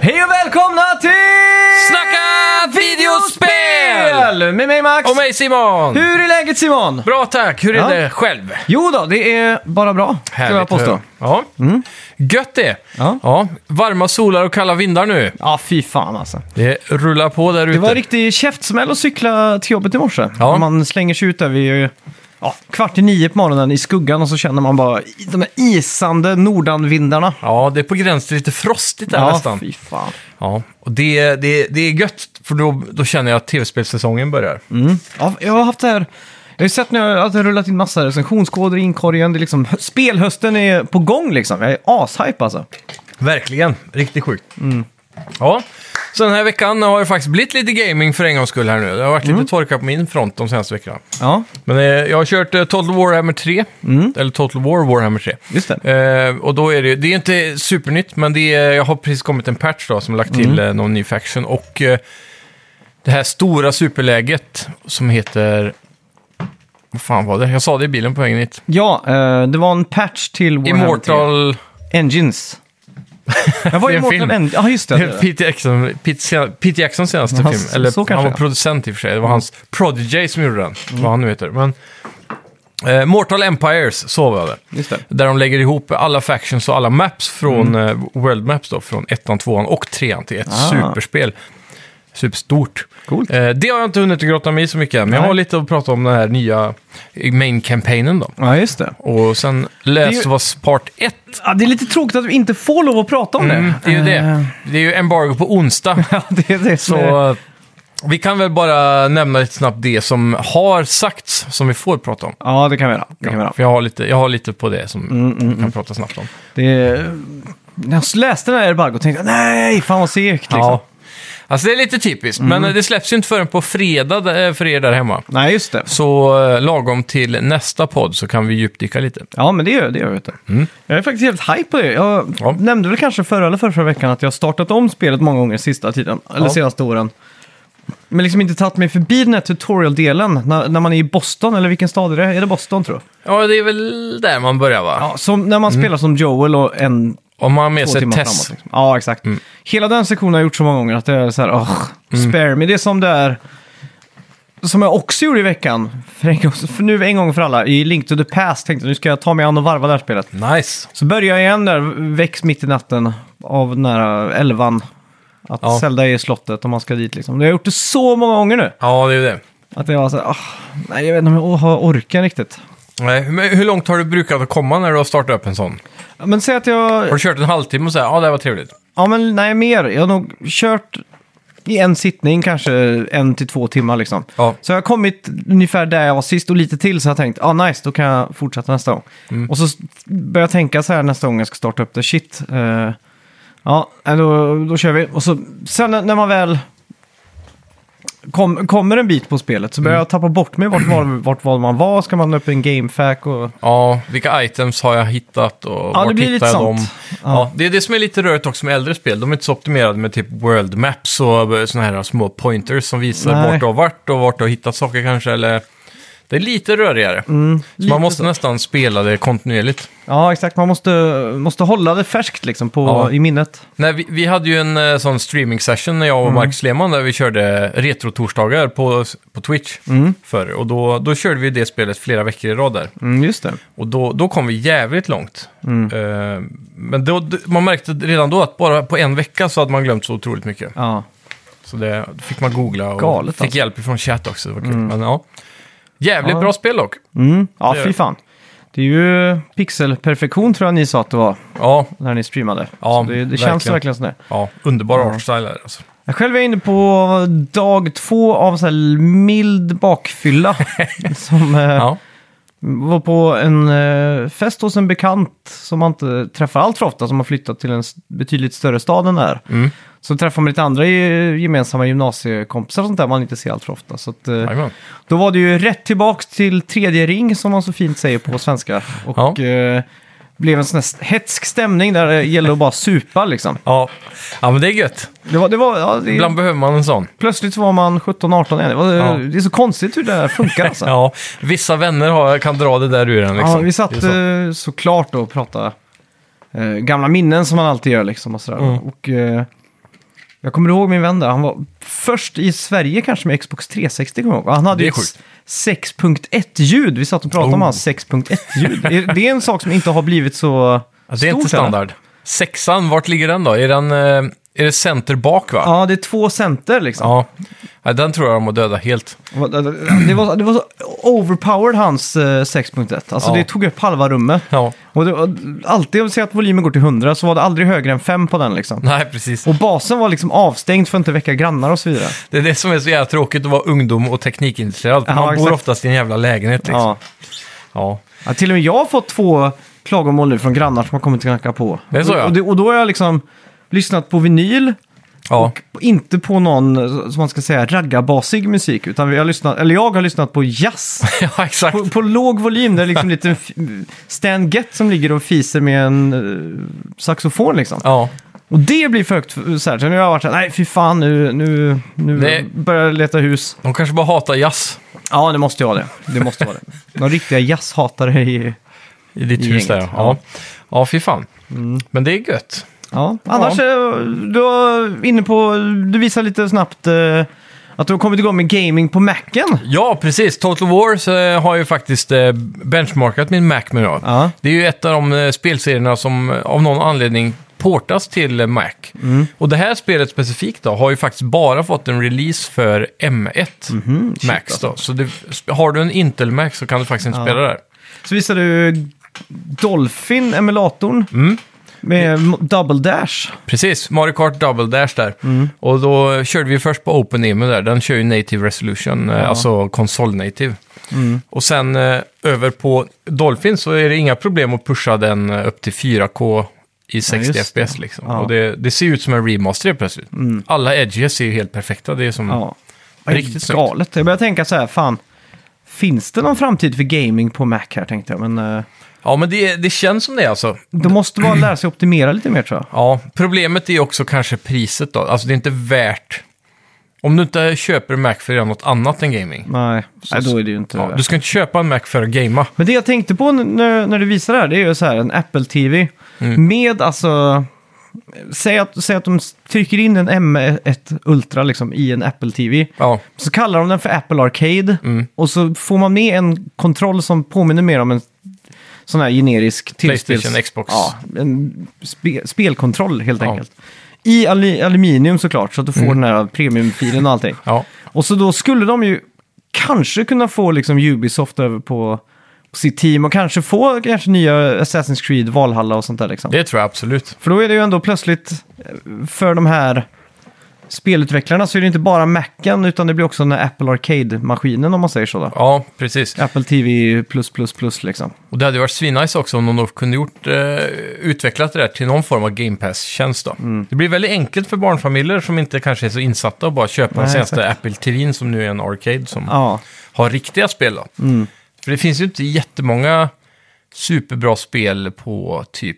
Hej och välkomna till Snacka videospel! Spel! Med mig Max. Och mig Simon! Hur är läget Simon? Bra tack, hur är Ja. det själv? Jo då, det är bara bra. Ska jag Härligt att påstå. Mm. höra. Ja. Gött det! Ja. Varma solar och kalla vindar nu. Ja, fy fan alltså. Det rullar på där ute. Det var en riktig käftsmäll att cykla till jobbet i morse. Ja. Man slänger sig ut där vid ja, kvart i nio på morgonen i skuggan och så känner man bara i- de här isande nordanvindarna. Ja, det är på gränsen till lite frostigt där Ja, nästan. fy fan. Ja. Och det, det, det är gött, för då, då känner jag att tv-spelssäsongen börjar. Mm. Ja, jag har haft det här. Jag har ju sett när jag, att det har rullat in massa recensionskoder i inkorgen. Det är liksom, hö- spelhösten är på gång liksom. Jag är ashype alltså. Verkligen, riktigt sjukt. Mm. Ja, så den här veckan har det faktiskt blivit lite gaming för en gångs skull här nu. Det har varit Mm. lite torka på min front de senaste veckorna. Ja, Men eh, jag har kört eh, Total Warhammer 3, Mm. eller Total War Warhammer 3. just det. Eh, och då är det, det är inte supernytt, men det är, jag har precis kommit en patch då, som har lagt till Mm. eh, någon ny faction. Och eh, det här stora superläget som heter... Vad fan var det? Jag sa det i bilen på vägen hit. Ja, eh, det var en patch till Warhammer Immortal... 3. Engines. Jag var Det är en Immortal film. Engines. Ja, just det. det är det. Pete Jackson, Pete, Sen- Pete Jacksons senaste Ja, film. så- Eller så kanske, Mm. han var ja. producent i och för sig. Det var hans Prodigy som gjorde den. Mm. Vad han nu heter. Men, eh, Mortal Empires, så var det. Just det. Där de lägger ihop alla factions och alla maps från eh, World Maps då, från ettan, tvåan och trean till ett Mm. Ah. superspel. Superstort. Coolt. Eh, det har jag inte hunnit grotta mig i så mycket än, men jag Nej. har lite att prata om den här nya main-campaignen då. Ja, just det. Och sen Det är Last ju- of Us Part 1. Ja, det är lite tråkigt att vi inte får lov att prata om Mm, det. det är ju Eh, det. Det är ju embargo på onsdag. Ja, det är det som är... Så eh, vi kan väl bara nämna lite snabbt det som har sagts, som vi får prata om. Ja, det kan vi göra. Det kan vi göra. Mm, För jag har lite, jag har lite på det som vi kan prata snabbt om. Det är... När jag läste den här embargot tänkte jag nej, fan vad segt liksom. Mm. Ja. Alltså det är lite typiskt, men eh, det släpps ju inte förrän på fredag eh, för er där hemma. Nej, just det. Så eh, lagom till nästa podd så kan vi djupdyka lite. Ja, men det gör, det gör jag. Vet du. Jag är faktiskt helt hype på det. Jag Mm. Ja. nämnde väl kanske förra eller förra, veckan att jag har startat om spelet många gånger sista tiden, eller Ja. senaste åren. Men liksom inte tagit mig förbi den här tutorial-delen när, när man är i Boston, eller vilken stad är det? Är det Boston tror jag? Ja, det är väl där man börjar va? Ja, som, när man Mm. spelar som Joel och en, Om man har med två sig timmar Tess. framåt. Liksom. Ja, exakt. Mm. Hela den sektionen har jag gjort så många gånger att det är så här, åh, spare me. Det är som det är, som jag också gjorde i veckan, för, en gång, för nu en gång för alla, i Link to the Past tänkte jag nu ska jag ta mig an och varva det här spelet. Nice. Så börjar jag igen där, väcks mitt i natten av nära elvan. Att Ja. Zelda är i slottet och man ska dit liksom. Det har jag gjort det så många gånger nu. Ja, det är ju det. Att jag var så här, "Ah, nej jag vet inte om jag har orken riktigt. Nej, Eh, men hur långt har du brukat att komma när du har startat upp en sån? Men säg att Har jag, du kört en halvtimme och säger ja, det här var trevligt? ja men nej mer, jag har nog kört i en sittning kanske en till två timmar liksom. Ja. Så jag har kommit ungefär där jag var sist och lite till så jag tänkt, ah nice, då kan jag fortsätta nästa gång. Mm. Och så börjar jag tänka så här nästa gång jag ska starta upp det, shit. eh, ja, nej, då, då kör vi. Och så, sen när när man väl kom, kommer en bit på spelet så Mm. börjar jag tappa bort mig vart, var, vart var man var, ska man upp en gamefack och... Ja, vilka items har jag hittat och Ja, vart det blir lite hittar jag dem? sånt. Ja. det är det som är lite rörigt också med äldre spel. De är inte så optimerade med typ world maps och sådana här små pointers som visar Nej. vart du har varit och vart du har hittat saker kanske. Eller... Det är lite rörigare. så Mm, lite man måste nästan spela det kontinuerligt. Ja, exakt. Man måste, måste hålla det färskt liksom på, Ja. i minnet. Nej, vi, vi hade ju en eh, sån streaming session när jag Mm. och Marcus Lehmann där vi körde retro-torsdagar på, på Twitch förr. Och då, då körde vi det spelet flera veckor i rad där. Mm, just det. Och då, då kom vi jävligt långt. Mm. Eh, men då, man märkte redan då att bara på en vecka så hade man glömt så otroligt mycket. Ja. Så det då fick man googla och Galet, fick alltså. Mm. hjälp ifrån chat också. Det var kul. Men, ja. Jävligt Ja. bra spel dock. Mm. Ja, Det gör fy det. fan. Det är ju pixelperfektion tror jag ni sa att det var Ja, när ni streamade. Ja, Så det, det verkligen. känns verkligen sådär. ja underbar artstyle där alltså. Jag själv är inne på dag två av så här mild bakfylla. som eh, Ja. var på en eh, fest hos en bekant som man inte träffar allt för ofta, som har flyttat till en s- betydligt större stad än där. Mm. Så träffar man lite andra eh, gemensamma gymnasiekompisar och sånt där man inte ser allt för ofta. Så att, eh, Jajamän. Då var det ju rätt tillbaks till tredje ring som man så fint säger på svenska. Och Ja. eh, blev en sån här hetsk stämning där det gällde att bara supa liksom. Ja. ja, men det är gött. Det var, det var, ja, det, Ibland behöver man en sån. Plötsligt så var man 17-18 igen. Det, var, Ja. det är så konstigt hur det här funkar alltså. ja, Ja, vissa vänner har, kan dra det där ur en liksom. vi Det är satt så. eh, såklart då och pratade eh, gamla minnen som man alltid gör liksom och sådär. Mm. Och, eh, Jag kommer ihåg min vän där, han var först i Sverige kanske med Xbox 360. Kommer jag ihåg. Och Han hade Det är ju ett sjukt. 6.1-ljud. Vi satt och pratade om Oh. hans 6.1-ljud. Det- Det är en sak som inte har blivit så Ja, det är stort inte än. standard. Sexan, vart ligger den då? Är, den, eh, är det center bak va? Ja, det är två center liksom. Ja. ja, den tror jag de har dödat helt. alltså, Det, var, det var så overpowered hans eh, 6.1. Alltså Ja. det tog upp halva rummet. Ja, Och det, var- alltid om vi säger att volymen går till 100 så var det aldrig högre än 5 på den liksom. nej precis. Och basen var liksom avstängd för att inte väcka grannar och så vidare. Det är det som är så jävla tråkigt att vara ungdom och teknikintresserad. Ja, Man bor exakt. oftast i en jävla lägenhet liksom. Ja. Ja. Ja, till och med jag har fått två klagomål nu från grannar som har kommit och knackat på. Det är så, ja. och, det, och då har jag liksom lyssnat på vinyl, Ja. och inte på någon, eh, som man ska säga, raggarbasig musik. Utan vi har lyssnat, eller jag har lyssnat på jazz. ja, exakt. På, på låg volym, där liksom lite f- Stan Gett som ligger och fiser med en eh, saxofon liksom. Ja. Och det blir för högt för- så här. Så nu har jag varit så här, nej fy fan, nu, nu, nu Det- börjar jag leta hus. De kanske bara hatar jazz Ja, det måste jag ha det. Det måste vara det. De riktiga jazzhatare i... i ditt I hus där. gänget, Mm. Ja, ja fy fan. Men det är gött. Ja, annars eh, du var inne på, du visade lite snabbt eh, att du har kommit igång med gaming på Macen. Ja, precis. Total War så eh, har ju faktiskt eh, benchmarkat min Mac med nu. Ja. Det är ju ett av de eh, spelserierna som eh, av någon anledning portas till eh, Mac. Och det här spelet specifikt då har ju faktiskt bara fått en release för M1 Max då. Så det, har du en Intel Mac så kan du faktiskt inte spela där. Så visade du Dolphin, emulatorn, med mo- Double Dash. Precis, Mario Kart Double Dash där. Mm. Och då körde vi först på OpenEMU där. Den kör ju Native Resolution, eh, alltså konsol-native. Mm. Och sen eh, över på Dolphin så är det inga problem att pusha den eh, upp till 4K i 60 just det. FPS liksom. Ja. Mm. Och det, det ser ut som en remaster helt plötsligt. Alla edges är ju helt perfekta. Det är som... Ja. Riktigt Riktigt snyggt. galet. Jag började tänka så här, fan, finns det någon framtid för gaming på Mac här tänkte jag. Men eh, Ja, men det, det känns som det alltså. de måste bara lära sig optimera lite mer tror jag. Ja, problemet är också kanske priset då. Alltså det är inte värt... Om du inte köper Mac för att göra något annat än gaming. Nej, nej då är det ju inte... Ja, du ska inte köpa en Mac för att gamea. Men det jag tänkte på när, när du visade det här, det är ju så här en Apple TV med alltså... Säg att, säg att de trycker in en M1 Ultra liksom i en Apple TV. Ja, Så kallar de den för Apple Arcade Mm. och så får man med en kontroll som påminner mer om en sån här generisk tillspels- Playstation, Xbox. Ja, en spe, spelkontroll helt Ja. Mm. enkelt. I ali- aluminium såklart, så att du får den här premiumfilen och allting. ja. Och så då skulle de ju kanske kunna få liksom Ubisoft över på, på sitt team och kanske få kanske nya Assassin's Creed, Valhalla och sånt där liksom. det tror jag absolut. För då är det ju ändå plötsligt eh, för de här spelutvecklarna så är det inte bara Macen utan det blir också den här Apple Arcade-maskinen om man säger så då. Ja, precis. Apple TV++ liksom. Och det hade ju varit svinnice också om någon kunde gjort, eh, utvecklat det där till någon form av Game Pass-tjänst. Då. Mm. Det blir väldigt enkelt för barnfamiljer som inte kanske är så insatta att bara köpa den Nej, senaste Apple TVn som nu är en arcade som Ja, Mm. har riktiga spel. Då. För det finns ju inte jättemånga superbra spel på typ,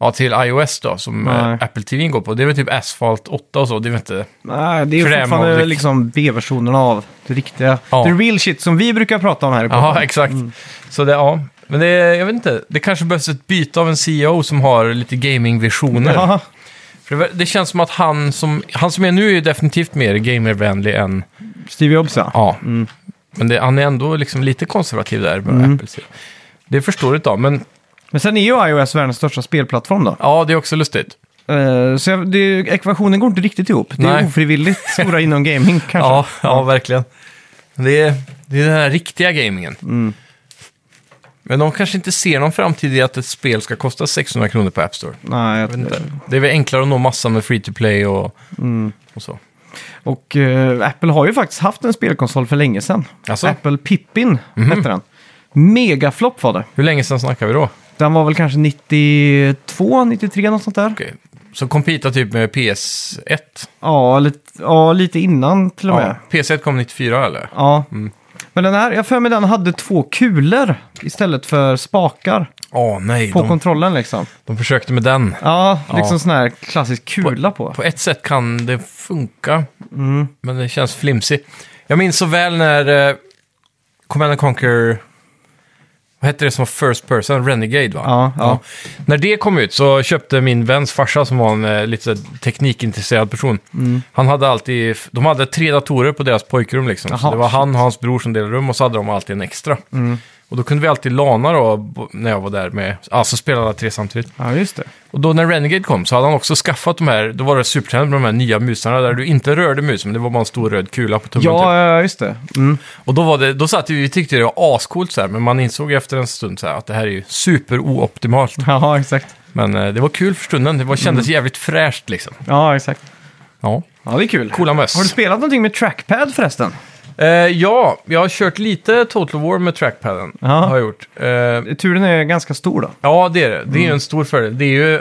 ja till iOS då, som eh, Nej. Apple TVn går på. Det är väl typ Asphalt 8 och så, det är väl inte... Nej, det är För det är ju fortfarande modigt. liksom B-versionerna av det riktiga. Ja. The real shit som vi brukar prata om här i podden. Ja, Mm. exakt. Så det, ja. Men det, jag vet inte, det kanske behövs ett byte av en CEO som har lite gamingvisioner. Ja, För det, det känns som att han som, han som är nu är ju definitivt mer gamervänlig än, Steve Jobs ja. ja. Men det, han är ändå liksom lite konservativ där med Apple. så Det förstår inte jag, men Men sen är ju iOS världens största spelplattform då. ja, det är också lustigt. Eh, så jag, det, ekvationen går inte riktigt ihop. Det Nej. är ofrivilligt stora inom gaming kanske. Ja, ja, verkligen. Det är, det är den här riktiga gamingen. Men de kanske inte ser någon framtid i att ett spel ska kosta 600 kronor på App Store. Nej, jag Jag vet inte. Det är väl enklare att nå massan med free to play och, Mm. och så. Och eh, Apple har ju faktiskt haft en spelkonsol för länge sedan. Alltså? Apple Pippin Mhm. hette den. Megaflopp var det. Hur länge sedan snackar vi då? Den var väl kanske 92, 93 något sånt där. Okej. Så compita typ med PS1? Ja, lite, ja, lite innan till och med. Ja. Mm. PS1 kom 94 eller? Ja. Men den här, jag för mig den hade två kulor istället för spakar Åh nej, på de, kontrollen liksom. de försökte med den. Ja, Ja. liksom sån här klassisk kula på. Mm. På ett sätt kan det funka, men det känns flimsigt. Jag minns så väl när eh, Command and Conquer... Vad hette det som var First Person? Renegade va? Ja, ja. När det kom ut så köpte min väns farsa som var en eh, lite så här teknikintresserad person. Mm. Han hade alltid, de hade tre datorer på deras pojkrum liksom. så Jaha, Mm. det var han och hans bror som delade rum och så hade de alltid en extra. Och då kunde vi alltid lana då bo- när jag var där med, alltså spelade alla tre samtidigt. ja, just det. Och då när Renegade kom så hade han också skaffat de här, då var det Super Nintendo med de här nya musarna där du inte rörde musen, men det var bara en stor röd kula på tummen. Ja, typ. ja, just det. Mm. Och då, var det, då satt vi, vi tyckte det var ascoolt så här, men man insåg efter en stund så här att det här är ju super ooptimalt. Ja, exakt. Men eh, det var kul för stunden, det var, kändes jävligt fräscht liksom. Ja, exakt. Ja, Mm. Ja, det är kul. coola möss. Har du spelat någonting med trackpad förresten? Eh, ja, jag har kört lite Total War med trackpaden. Ja. Har jag gjort. Eh, Turen är ganska stor då. Ja, det är det. Det är ju Mm. en stor fördel. Det är ju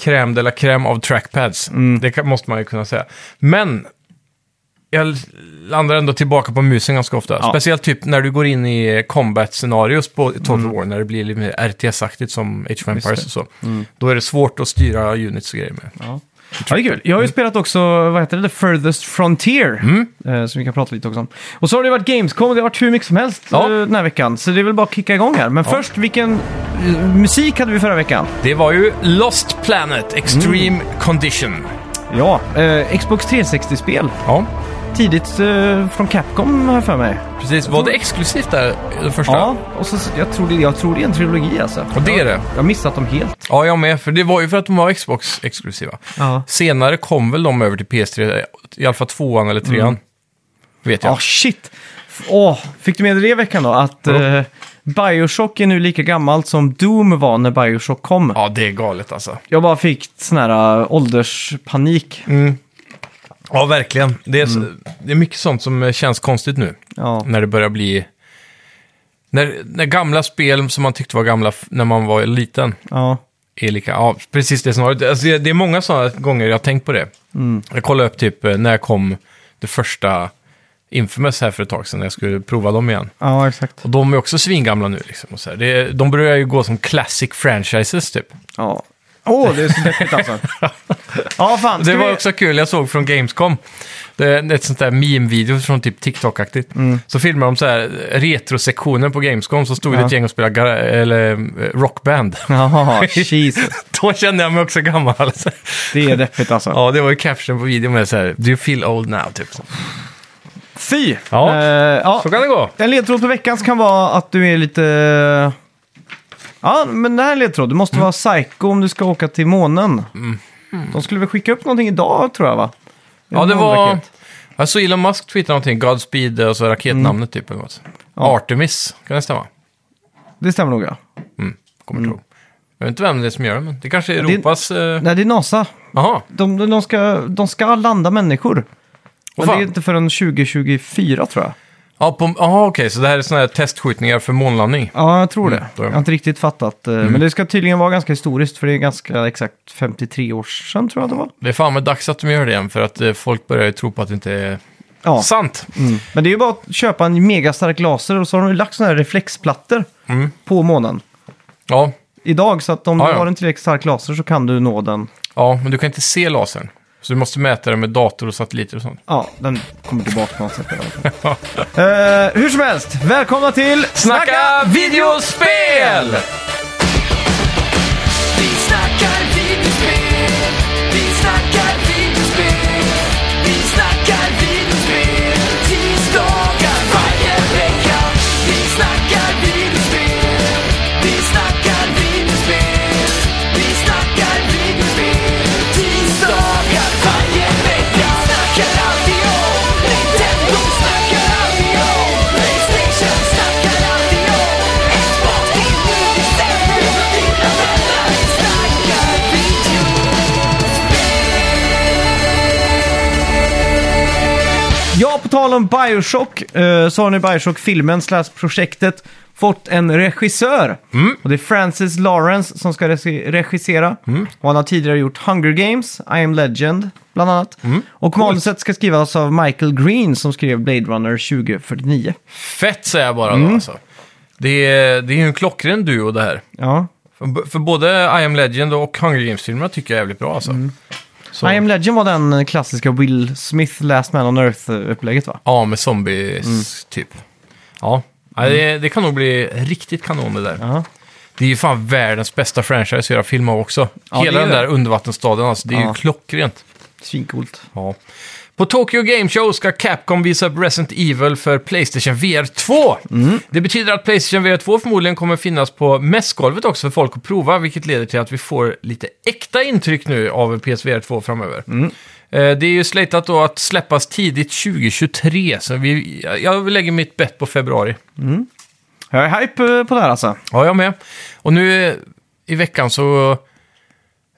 crème de la crème av trackpads. Mm. Det kan, måste man ju kunna säga. Men jag landar ändå tillbaka på musen ganska ofta. Ja. Speciellt typ när du går in i combat-scenarios på Total Mm. War, när det blir lite mer RTS-aktigt som Age of Empires och så. Mm. Då är det svårt att styra units och grejer med. Ja. Ja, det är kul. Jag Mm. har ju spelat också, vad heter det, The Furthest Frontier. Eh, som vi kan prata lite också om. Och så har det varit Gamescom, och det har varit hur mycket som helst Ja. eh, den här veckan. Så det är väl bara att kicka igång här. Men först, vilken eh, musik hade vi förra veckan? Det var ju Lost Planet Extreme Mm. Condition. Ja, eh, Xbox 360-spel. Ja, Tidigt eh, från Capcom har jag för mig. precis. Var det exklusivt där, det första? Mm. Ja, och så, jag, tror det, jag tror det är en trilogi alltså. Och det är det. Jag, jag har missat dem helt. Ja, jag med. För det var ju för att de var Xbox-exklusiva. Ja. Senare kom väl de över till PS3, i alla fall tvåan eller trean. Vet Ja, jag. Ah, shit! F- Åh, fick du med dig det i veckan då? Att Vadå? eh, Bioshock är nu lika gammalt som Doom var när Bioshock kom. Ja, det är galet alltså. Jag bara fick sån här äh, ålderspanik. Ja, verkligen. Det är, så- Mm. det är mycket sånt som eh, känns konstigt nu. Ja. När det börjar bli... När, när gamla spel som man tyckte var gamla f- när man var liten ja. är lika... Ja, precis det snarare. Alltså, det, det är många sådana gånger jag har tänkt på det. Jag kollade upp typ eh, när jag kom det första Infamous här för ett tag sedan, när jag skulle prova dem igen. Ja, exakt. Och de är också svingamla nu liksom. Och så här. Det, de börjar ju gå som classic franchises typ. Ja. Åh, det är så deppigt alltså. ja, fan. Det ska var vi- också kul, jag såg från Gamescom. Det är ett sånt där meme-video från typ TikTok-aktigt. Mm. Så filmar de så här retrosektionen på Gamescom, så stod det Ja. ett gäng och spelade gar- eller, eh, rockband. Ja, Jesus. Då kände jag mig också gammal. Det är deppigt alltså. ja, det var ju caption på videon med så här, do you feel old now? Typ. Fy! Ja. Eh, ja. Så kan det gå. En ledtråd på veckan kan vara att du är lite... Ja, men det här är en ledtråd. Du måste vara psycho om du ska åka till månen. De skulle väl skicka upp någonting idag, tror jag, va? Ja, det En var... månraket. Jag såg Elon Musk twittra någonting, Godspeed och så raketnamnet typ. Eller något. Mm. Ja. Artemis, kan det stämma? Det stämmer nog, ja. Mm, kommer inte ihåg. Jag vet inte vem det är som gör det, men det kanske är det- Europas... eh, Nej, det är NASA. Jaha, De, de, de, ska, de ska landa människor. Men Åh, det är fan. inte förrän 2024 tror jag. ja, på- jaha, okej, så det här är sådana här testskjutningar för månlandning. Ja, jag tror det. Mm, då är jag man. har inte riktigt fattat. eh, Men det ska tydligen vara ganska historiskt för det är ganska exakt 53 år sedan tror jag det var. Det är fan med dags att de gör det igen, för att eh, folk börjar ju tro på att det inte är Ja. Mm. sant. Men det är ju bara att köpa en megastark laser och så har de ju lagt sådana här reflexplattor Mm. på månen Ja, idag. Så att om Ja, du ja. har en tillräckligt stark laser så kan du nå den. ja, men du kan inte se lasern. Så du måste mäta den med dator och satelliter och sånt. Ja, den kommer tillbaka på något sätt. i alla fall. Eh, hur som helst, välkomna till Snacka videospel! Vi snackar videospel, vi snackar videospel, vi snackar videospel, tisdagar varje vecka. Vi snackar videospel, vi snackar videospel, vi snackar videospel, tisdagar varje vecka. Snackar alltid om Nintendo, snackar alltid om Playstation, snackar alltid om Xbox, det är nu vi sänder, dina vänner. Vi snackar video. Ja, på tal om Bioshock eh, så har nu Bioshock-filmen slash projektet fått en regissör. Och det är Francis Lawrence som ska regi- regissera. Och han har tidigare gjort Hunger Games, I am Legend bland annat. Och manuset ska skrivas av Michael Green som skrev Blade Runner 2049. Fett säger jag bara då alltså. Det är, det är ju en klockren duo det här. Ja. För, för både I am Legend och Hunger Games-filmerna tycker jag är jävligt bra alltså. Så, I am Legend var den klassiska eh, Will Smith Last Man on Earth-upplägget va? Ja, med zombies typ. Ja, Ja, det, Mm. det kan nog bli riktigt kanon det där. Ja. Det är ju fan världens bästa franchise att göra film av också. Ja, Hela det är den där det. undervattensstaden alltså, det är ju Ja. klockrent. Svincoolt. Ja. På Tokyo Game Show ska Capcom visa upp Resident Evil för Playstation VR 2. Det betyder att Playstation VR 2 förmodligen kommer finnas på mässgolvet också för folk att prova, vilket leder till att vi får lite äkta intryck nu av PSVR 2 framöver. Eh, Det är ju slatat då att släppas tidigt 2023, så vi, jag lägger mitt bett på februari. Jag är hype eh, på det här alltså. Ja, jag med. Och nu eh, i veckan så...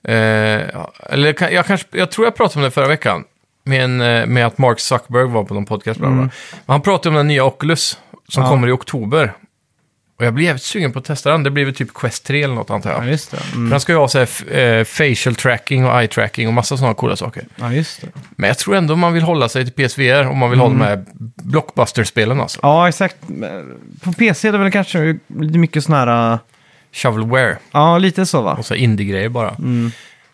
Eh, ja, eller ka- jag, kanske, jag tror jag pratade om det förra veckan. Med, en, eh, med att Mark Zuckerberg var på någon podcast. bla, bla, bla. Men han pratade om den nya Oculus som Mm. Ja. kommer i oktober. Och jag blir jävligt sugen på att testa den. Det blir väl typ Quest 3 eller något antar jag. Ja, just det. Mm. För den ska ju ha så här, f- eh, facial tracking och eye tracking och massa sådana coola saker. Ja, just det. Men jag tror ändå man vill hålla sig till PSVR om man vill Mm. ha de här blockbuster-spelen alltså. Ja, exakt. På PC är det väl kanske lite mycket sån här... eh, Shovelware. Ja, lite så va? Och så indie-grejer bara.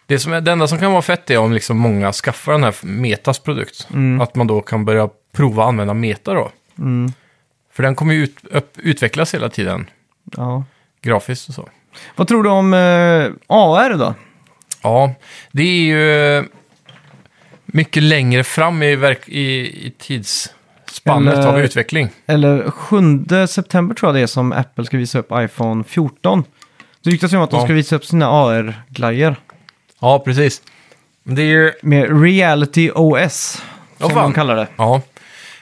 Det, som är, det enda som kan vara fett är om liksom många skaffar den här Metas produkt. Att man då kan börja prova att använda Meta då. Mm. För den kommer ju ut, upp, utvecklas hela tiden, Ja. grafiskt och så. Vad tror du om eh, AR då? Ja, det är ju eh, mycket längre fram i, verk, i, i tidsspannet Eller- av utveckling. Eller 7 september tror jag det är som Apple ska visa upp iPhone 14. Det ryktas ju om att Ja. de ska visa upp sina AR-glajjor Ja, precis. Men Det är ju... med Reality OS, Åh, som fan. de kallar det. Ja.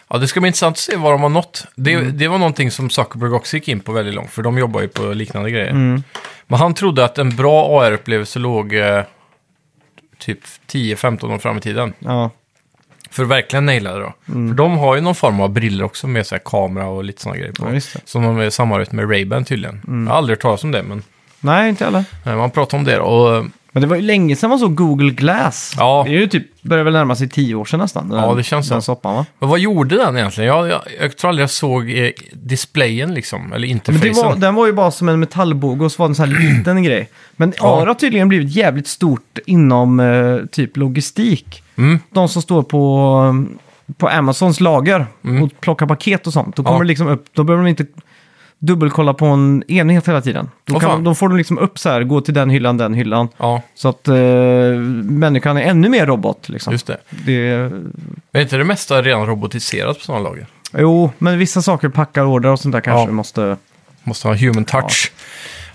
ja, det ska bli intressant att se vad de har nått. Det, det var någonting som Zuckerberg också gick in på väldigt långt, för de jobbar ju på liknande grejer. Mm. Men han trodde att en bra AR-upplevelse låg eh, typ 10-15 år fram i tiden. Ja, För att verkligen naila det då. Mm. För de har ju någon form av briller också med så här kamera och lite sådana grejer på. Ja, just det. Mm. som de är i samarbete med Ray-Ban tydligen. Jag har aldrig hört talas om det, men nej inte alla. eh, man pratar om det. då. Och, eh, Men det var ju länge sedan man såg Google Glass. Ja. Det är ju typ, börjar väl närma sig tio år sedan nästan. Den, Ja, det känns så. Den soppan va? men vad gjorde den egentligen? Jag, jag, jag tror aldrig jag såg eh, displayen liksom, eller Men interfacen. det var, den var ju bara som en metallbåge och så var den så här liten grej. Men Ja. AR har tydligen blivit jävligt stort inom eh, typ logistik. Mm. De som står på, på Amazons lager och plockar paket och sånt. Då kommer Mm. Ja. det liksom upp, då behöver de inte dubbelkolla på en enhet hela tiden. Då, Åh, kan, fan. då får de liksom upp så här, gå till den hyllan, den hyllan. Ja, Så att eh, människan är ännu mer robot liksom. just det. Det, Men är inte det mesta redan robotiserat på sådana lager? jo, men vissa saker packar order och sånt där kanske Ja. måste... Måste ha human touch.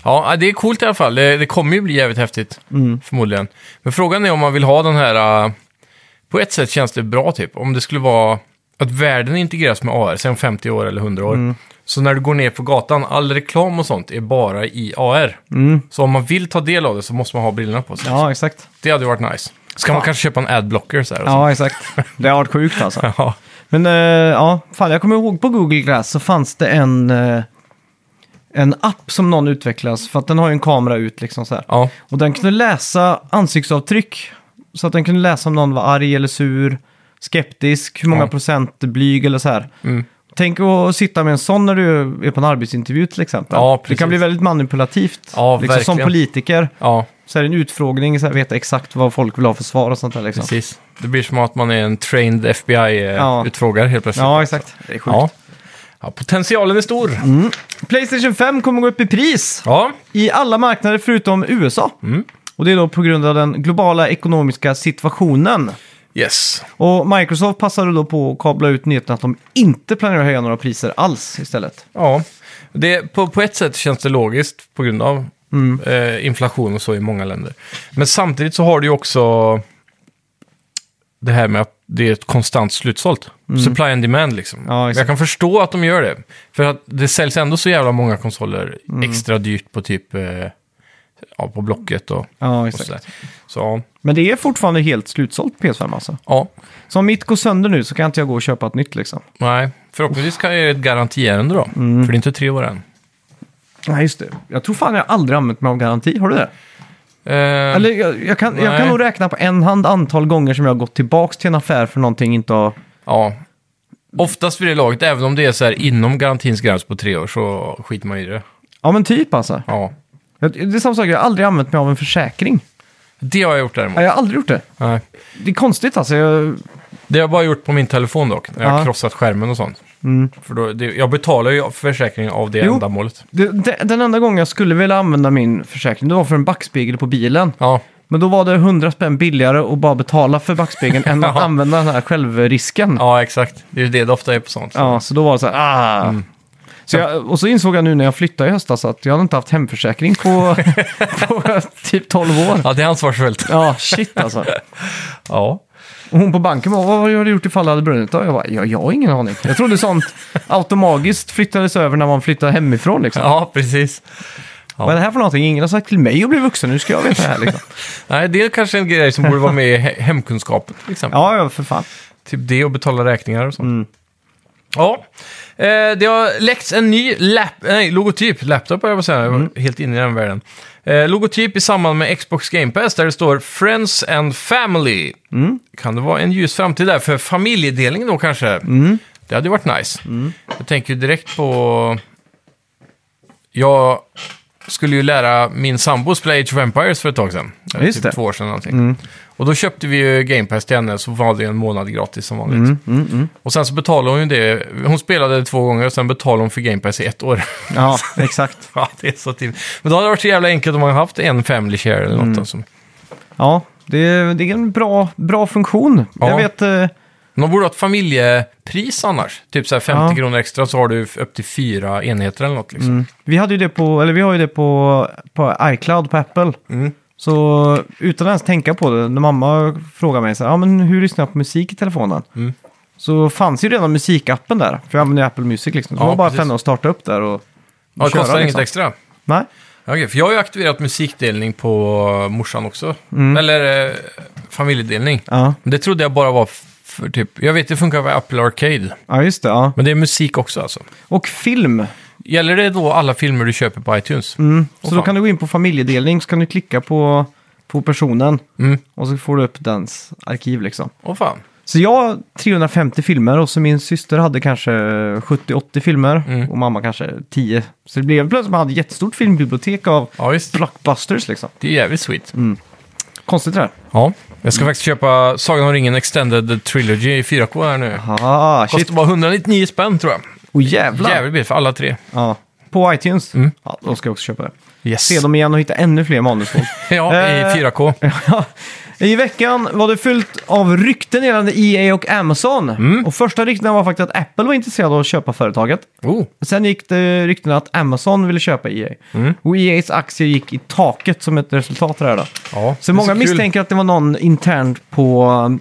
Ja. det är coolt i alla fall. Det, det kommer ju bli jävligt häftigt, Mm. förmodligen. Men frågan är om man vill ha den här... äh, på ett sätt känns det bra, typ. Om det skulle vara att världen integreras med AR, säg om 50 år eller 100 år. Mm. Så när du går ner på gatan, all reklam och sånt är bara i AR. Så om man vill ta del av det så måste man ha brillorna på sig. Mm. Ja, exakt. Det hade ju varit nice. Ska man kanske köpa en adblocker så här? och så? Ja, exakt. Det har varit sjukt alltså. ja. Men eh, ja, fan, jag kommer ihåg på Google Glass så fanns det en, eh, en app som någon utvecklas för att den har ju en kamera ut liksom så här. ja. Och den kunde läsa ansiktsavtryck. Så att den kunde läsa om någon var arg eller sur, skeptisk, hur många Ja. procent blyg eller så här. Mm. Tänk att sitta med en sån när du är på en arbetsintervju till exempel. Ja, det precis. kan bli väldigt manipulativt. Ja, liksom som verkligen. politiker. ja. Så är det en utfrågning, så här, veta exakt vad folk vill ha för svar och sånt där. Liksom. Precis. Det blir som att man är en trained Ja. FBI-utfrågare eh, helt plötsligt. Ja, exakt. Det är sjukt. Ja. ja, potentialen är stor. Mm. Playstation 5 kommer gå upp i pris Ja, i alla marknader förutom USA. Och det är då på grund av den globala ekonomiska situationen. yes. Och Microsoft passade då på att kabla ut nyheten att de inte planerar att höja några priser alls istället. Ja, det, på, på ett sätt känns det logiskt på grund av Mm. eh, inflation och så i många länder. Men samtidigt så har du ju också det här med att det är ett konstant slutsålt. Supply and demand liksom. Mm. Ja, exakt. jag kan förstå att de gör det. För att det säljs ändå så jävla många konsoler Mm. extra dyrt på typ eh, ja, på Blocket och, Ja, och sådär. Så ja. Men det är fortfarande helt slutsålt PS5 alltså. ja, Så om mitt går sönder nu så kan inte jag gå och köpa ett nytt liksom. nej. Förhoppningsvis kan jag ge ett garantiärende då. Mm. För det är inte tre år än. Nej, just det. Jag tror fan jag aldrig använt mig av garanti. Har du det? Eh, Eller jag, jag, kan, jag Nej. kan nog räkna på en hand antal gånger som jag har gått tillbaka till en affär för någonting inte har... Ja. Oftast vid det laget, även om det är så här inom garantins gräns på tre år, så skiter man i det. Ja, men typ alltså. Ja. Jag- Det är samma sak, jag har aldrig använt mig av en försäkring. Det har jag gjort Nej, däremot. jag har aldrig gjort det. Nej. Det är konstigt alltså. Jag... Det har jag bara gjort på min telefon dock, när jag har Ja. Mm. krossat skärmen och sånt. För då, det, jag betalar ju försäkringen av det Jo. ändamålet. Det, det, den enda gången jag skulle vilja använda min försäkring, det var för en backspegel på bilen. Ja, Men då var det 100 spänn billigare att bara betala för backspegeln än att Ja. använda den här självrisken. Ja. ja exakt. Det är ju det det ofta är på sånt. så då var det så här, ah. Så jag, och så insåg jag nu när jag flyttade i höstas att jag hade inte haft hemförsäkring på, på typ 12 år. Ja, det är ansvarsfullt. Ja, shit alltså. Ja. Och hon på banken bara, vad har du gjort ifall det hade brunnit då? Jag bara, ja, jag har ingen aning. Jag trodde sånt automatiskt flyttades över när man flyttade hemifrån liksom. ja, precis. Vad är det här för någonting? Ingen har sagt till mig att bli vuxen, nu ska jag veta det här liksom. Nej, det är kanske en grej som borde vara med i he- hemkunskapen till exempel. Ja, ja, för fan. Typ det och betala räkningar och sånt. Ja, eh, det har läckts en ny lap, nej, logotyp, laptop höll jag på att säga, jag var helt inne i den världen. Eh, logotyp i samband med Xbox Game Pass där det står Friends and Family. Kan det vara en ljus framtid där för familjedelning då kanske? Det hade ju varit nice. Mm. Jag tänker ju direkt på... Jag skulle ju lära min sambo spela Age of Empires för ett tag sedan. Eh, Just typ det. Mm. två år sedan någonting. Och då köpte vi ju Game Pass till henne, så var det en månad gratis som vanligt. Mm, Och sen så betalade hon ju det. Hon spelade det två gånger och sen betalade hon för Game Pass i ett år. Ja, exakt. ja, det är så till. Men då hade det varit så jävla enkelt om man hade haft en family share eller något. Mm. Alltså. Ja, det, det är en bra, bra funktion. Ja. Jag vet, eh, De borde ha ett familjepris annars. Typ så här 50 Ja. Mm. kronor extra så har du upp till fyra enheter eller något. Liksom. vi hade ju det på, eller vi har ju det på, på iCloud på Apple. Mm. Så utan att ens tänka på det, när mamma frågar mig så här, ja men hur lyssnar jag på musik i telefonen? Mm. Så fanns ju redan musikappen där, för jag använder ju Apple Music liksom. Så Ja, det var bara precis. för henne att starta upp där och Ja, det köra, kostar inget liksom. extra. Nej, Ja, Okej, för jag har ju aktiverat musikdelning på morsan också. Mm. Eller eh, familjedelning. ja. Men det trodde jag bara var för typ... Jag vet det funkar med Apple Arcade. ja just det. Ja. Men det är musik också alltså. Och film. Gäller det då alla filmer du köper på iTunes? Mm. Så Åh, då fan. kan du gå in på familjedelning, så kan du klicka på, på personen Mm. och så får du upp dens arkiv liksom. Åh fan. Så jag har 350 filmer och så min syster hade kanske 70-80 filmer och mamma kanske 10. Så det blev plötsligt man hade ett jättestort filmbibliotek av Ja, visst. blockbusters liksom. Det är jävligt sweet. Konstigt det där. Ja. Jag ska faktiskt köpa Sagan om ringen Extended Trilogy i 4K här nu. Ah, shit. Kostar bara 199 spänn tror jag. Och jävlar. Jävligt billigt för alla tre. Ja. På iTunes. Ja, då ska jag också köpa det. Yes. Se dem igen och hitta ännu fler manusmål. Ja, i Eh. 4K. Ja. I veckan var det fyllt av rykten gällande EA och Amazon. Och första ryktena var faktiskt att Apple var intresserad av att köpa företaget. Oh. Sen gick det ryktena att Amazon ville köpa EA. Och EAs aktier gick i taket som ett resultat av det här då. Ja, Så det är många kul. misstänker att det var någon internt på um,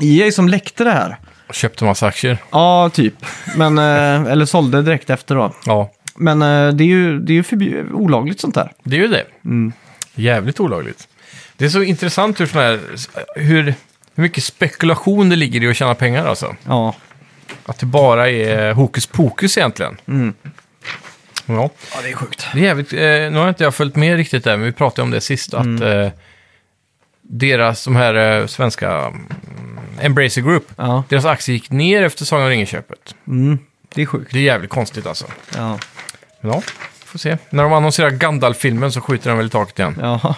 EA som läckte det här. Köpte massa aktier. Ja, typ. Men, eh, eller sålde direkt efter då. Ja, Men eh, det är ju, det är ju förbju- olagligt sånt där. det är ju det. Jävligt olagligt. Det är så intressant hur, sån här, hur, hur mycket spekulation det ligger i att tjäna pengar alltså. Ja, Att det bara är hokus pokus egentligen. Ja. ja det är sjukt. Det är jävligt, eh, nu har inte jag följt med riktigt där, men vi pratade om det sist. Att eh, deras, de här eh, svenska mm, Embracer Group, Ja, deras aktie gick ner efter Sagan om ringen-köpet. det är sjukt. Det är jävligt konstigt alltså. Ja, Ja, får se. När de annonserar Gandalf-filmen så skjuter den väl i taket igen. ja.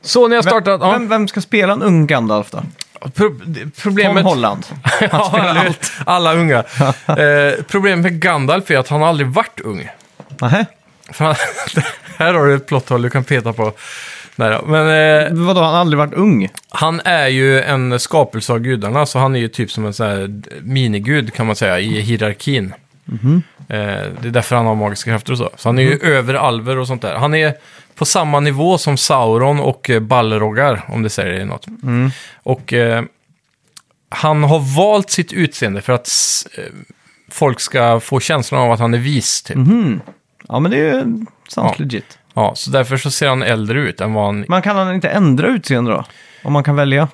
Så ni har startat... ja, Vem, vem ska spela en ung Gandalf då? pro- det- Tom problemet... Holland. Han Ja, spelar eller hur? allt. Alla unga. eh, problemet med Gandalf är att han aldrig varit ung. Nähä. För han, här har du ett plotthål du kan peta på. Nej, då. men eh, Vadå, han har aldrig varit ung? han är ju en skapelse av gudarna, så han är ju typ som en sån här d- minigud kan man säga i hierarkin. Eh, det är därför han har magiska krafter och så. Så han är ju över alver och sånt där. Han är på samma nivå som Sauron och eh, Balrogar, om det säger dig något. Och eh, han har valt sitt utseende för att s- eh, folk ska få känslan av att han är vis, typ. Ja, men det är ju sant Ja. legit. Ja, så därför så ser han äldre ut än vad han... Man kan han inte ändra utseende då? Om man kan välja?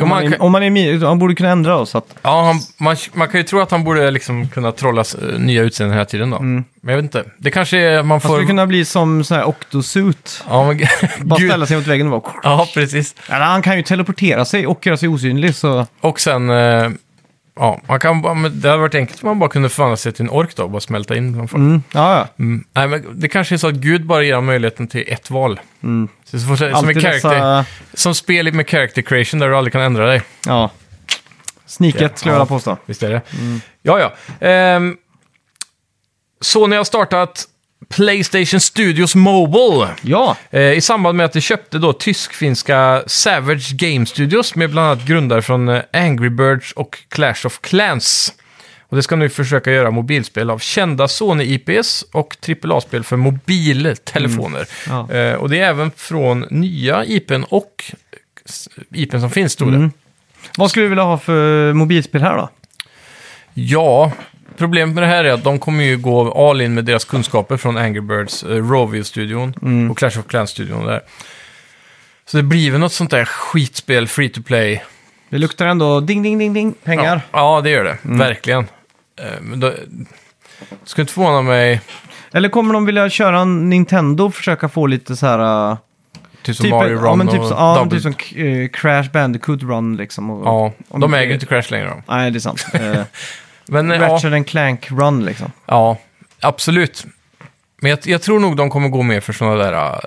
Om man, man är, om man är mi- han borde kunna ändra då, så att... Ja, han, man, man kan ju tro att han borde liksom kunna trolla eh, nya utseenden hela tiden då. Men jag vet inte. Det kanske är... Man Mm. Han får... skulle kunna bli som sån här Octosuit. Ja, men... Bara Gud. ställa sig mot väggen och bara... ja, precis. Eller, han kan ju teleportera sig och göra sig osynlig, så... Och sen... eh, Ja, man kan, bara- men det hade varit enkelt om man bara kunde förvandla sig till en ork då och bara smälta in bland folk. Mm. Ja, ja. Mm. Nej, men det kanske är så att Gud bara ger honom möjligheten till ett val. Så, så får, som, en Mm. Alltid character, dessa... som spel med character creation där du aldrig kan ändra dig. Ja. Sniket skulle jag vilja påstå. Visst är det. Ja, ja. Ehm, Sony har startat Playstation Studios Mobile. Ja, Eh, I samband med att de köpte då tysk-finska Savage Game Studios med bland annat grundare från eh, Angry Birds och Clash of Clans. Och det ska nu försöka göra mobilspel av kända Sony-IPs och AAA-spel för mobiltelefoner. Ja. Eh, och det är även från nya IPn och eh, s- IPn som finns, stod det. vad skulle du vilja ha för mobilspel här då? Ja, problemet med det här är att de kommer ju gå all in med deras kunskaper från Angry Birds, eh, Rovio-studion Mm. och Clash of Clans-studion där. Så det blir väl något sånt där skitspel, free to play. Det luktar ändå ding, ding, ding, ding, pengar. Ja, ja det gör det. Mm. Verkligen. Eh, Men då, skulle inte förvåna mig, Eller kommer de vilja köra en Nintendo och försöka få lite så här... äh, typ som Mario Run ja, men typ, och så- ja, men Double. typ som eh, Crash Bandicoot Run liksom. Och, ja, om de det- äger ju inte Crash längre. då. Nej, det är sant. Eh, Men eh, ja, Ratchet and Clank Run liksom. ja, absolut. Men jag, jag tror nog de kommer gå mer för sådana där eh,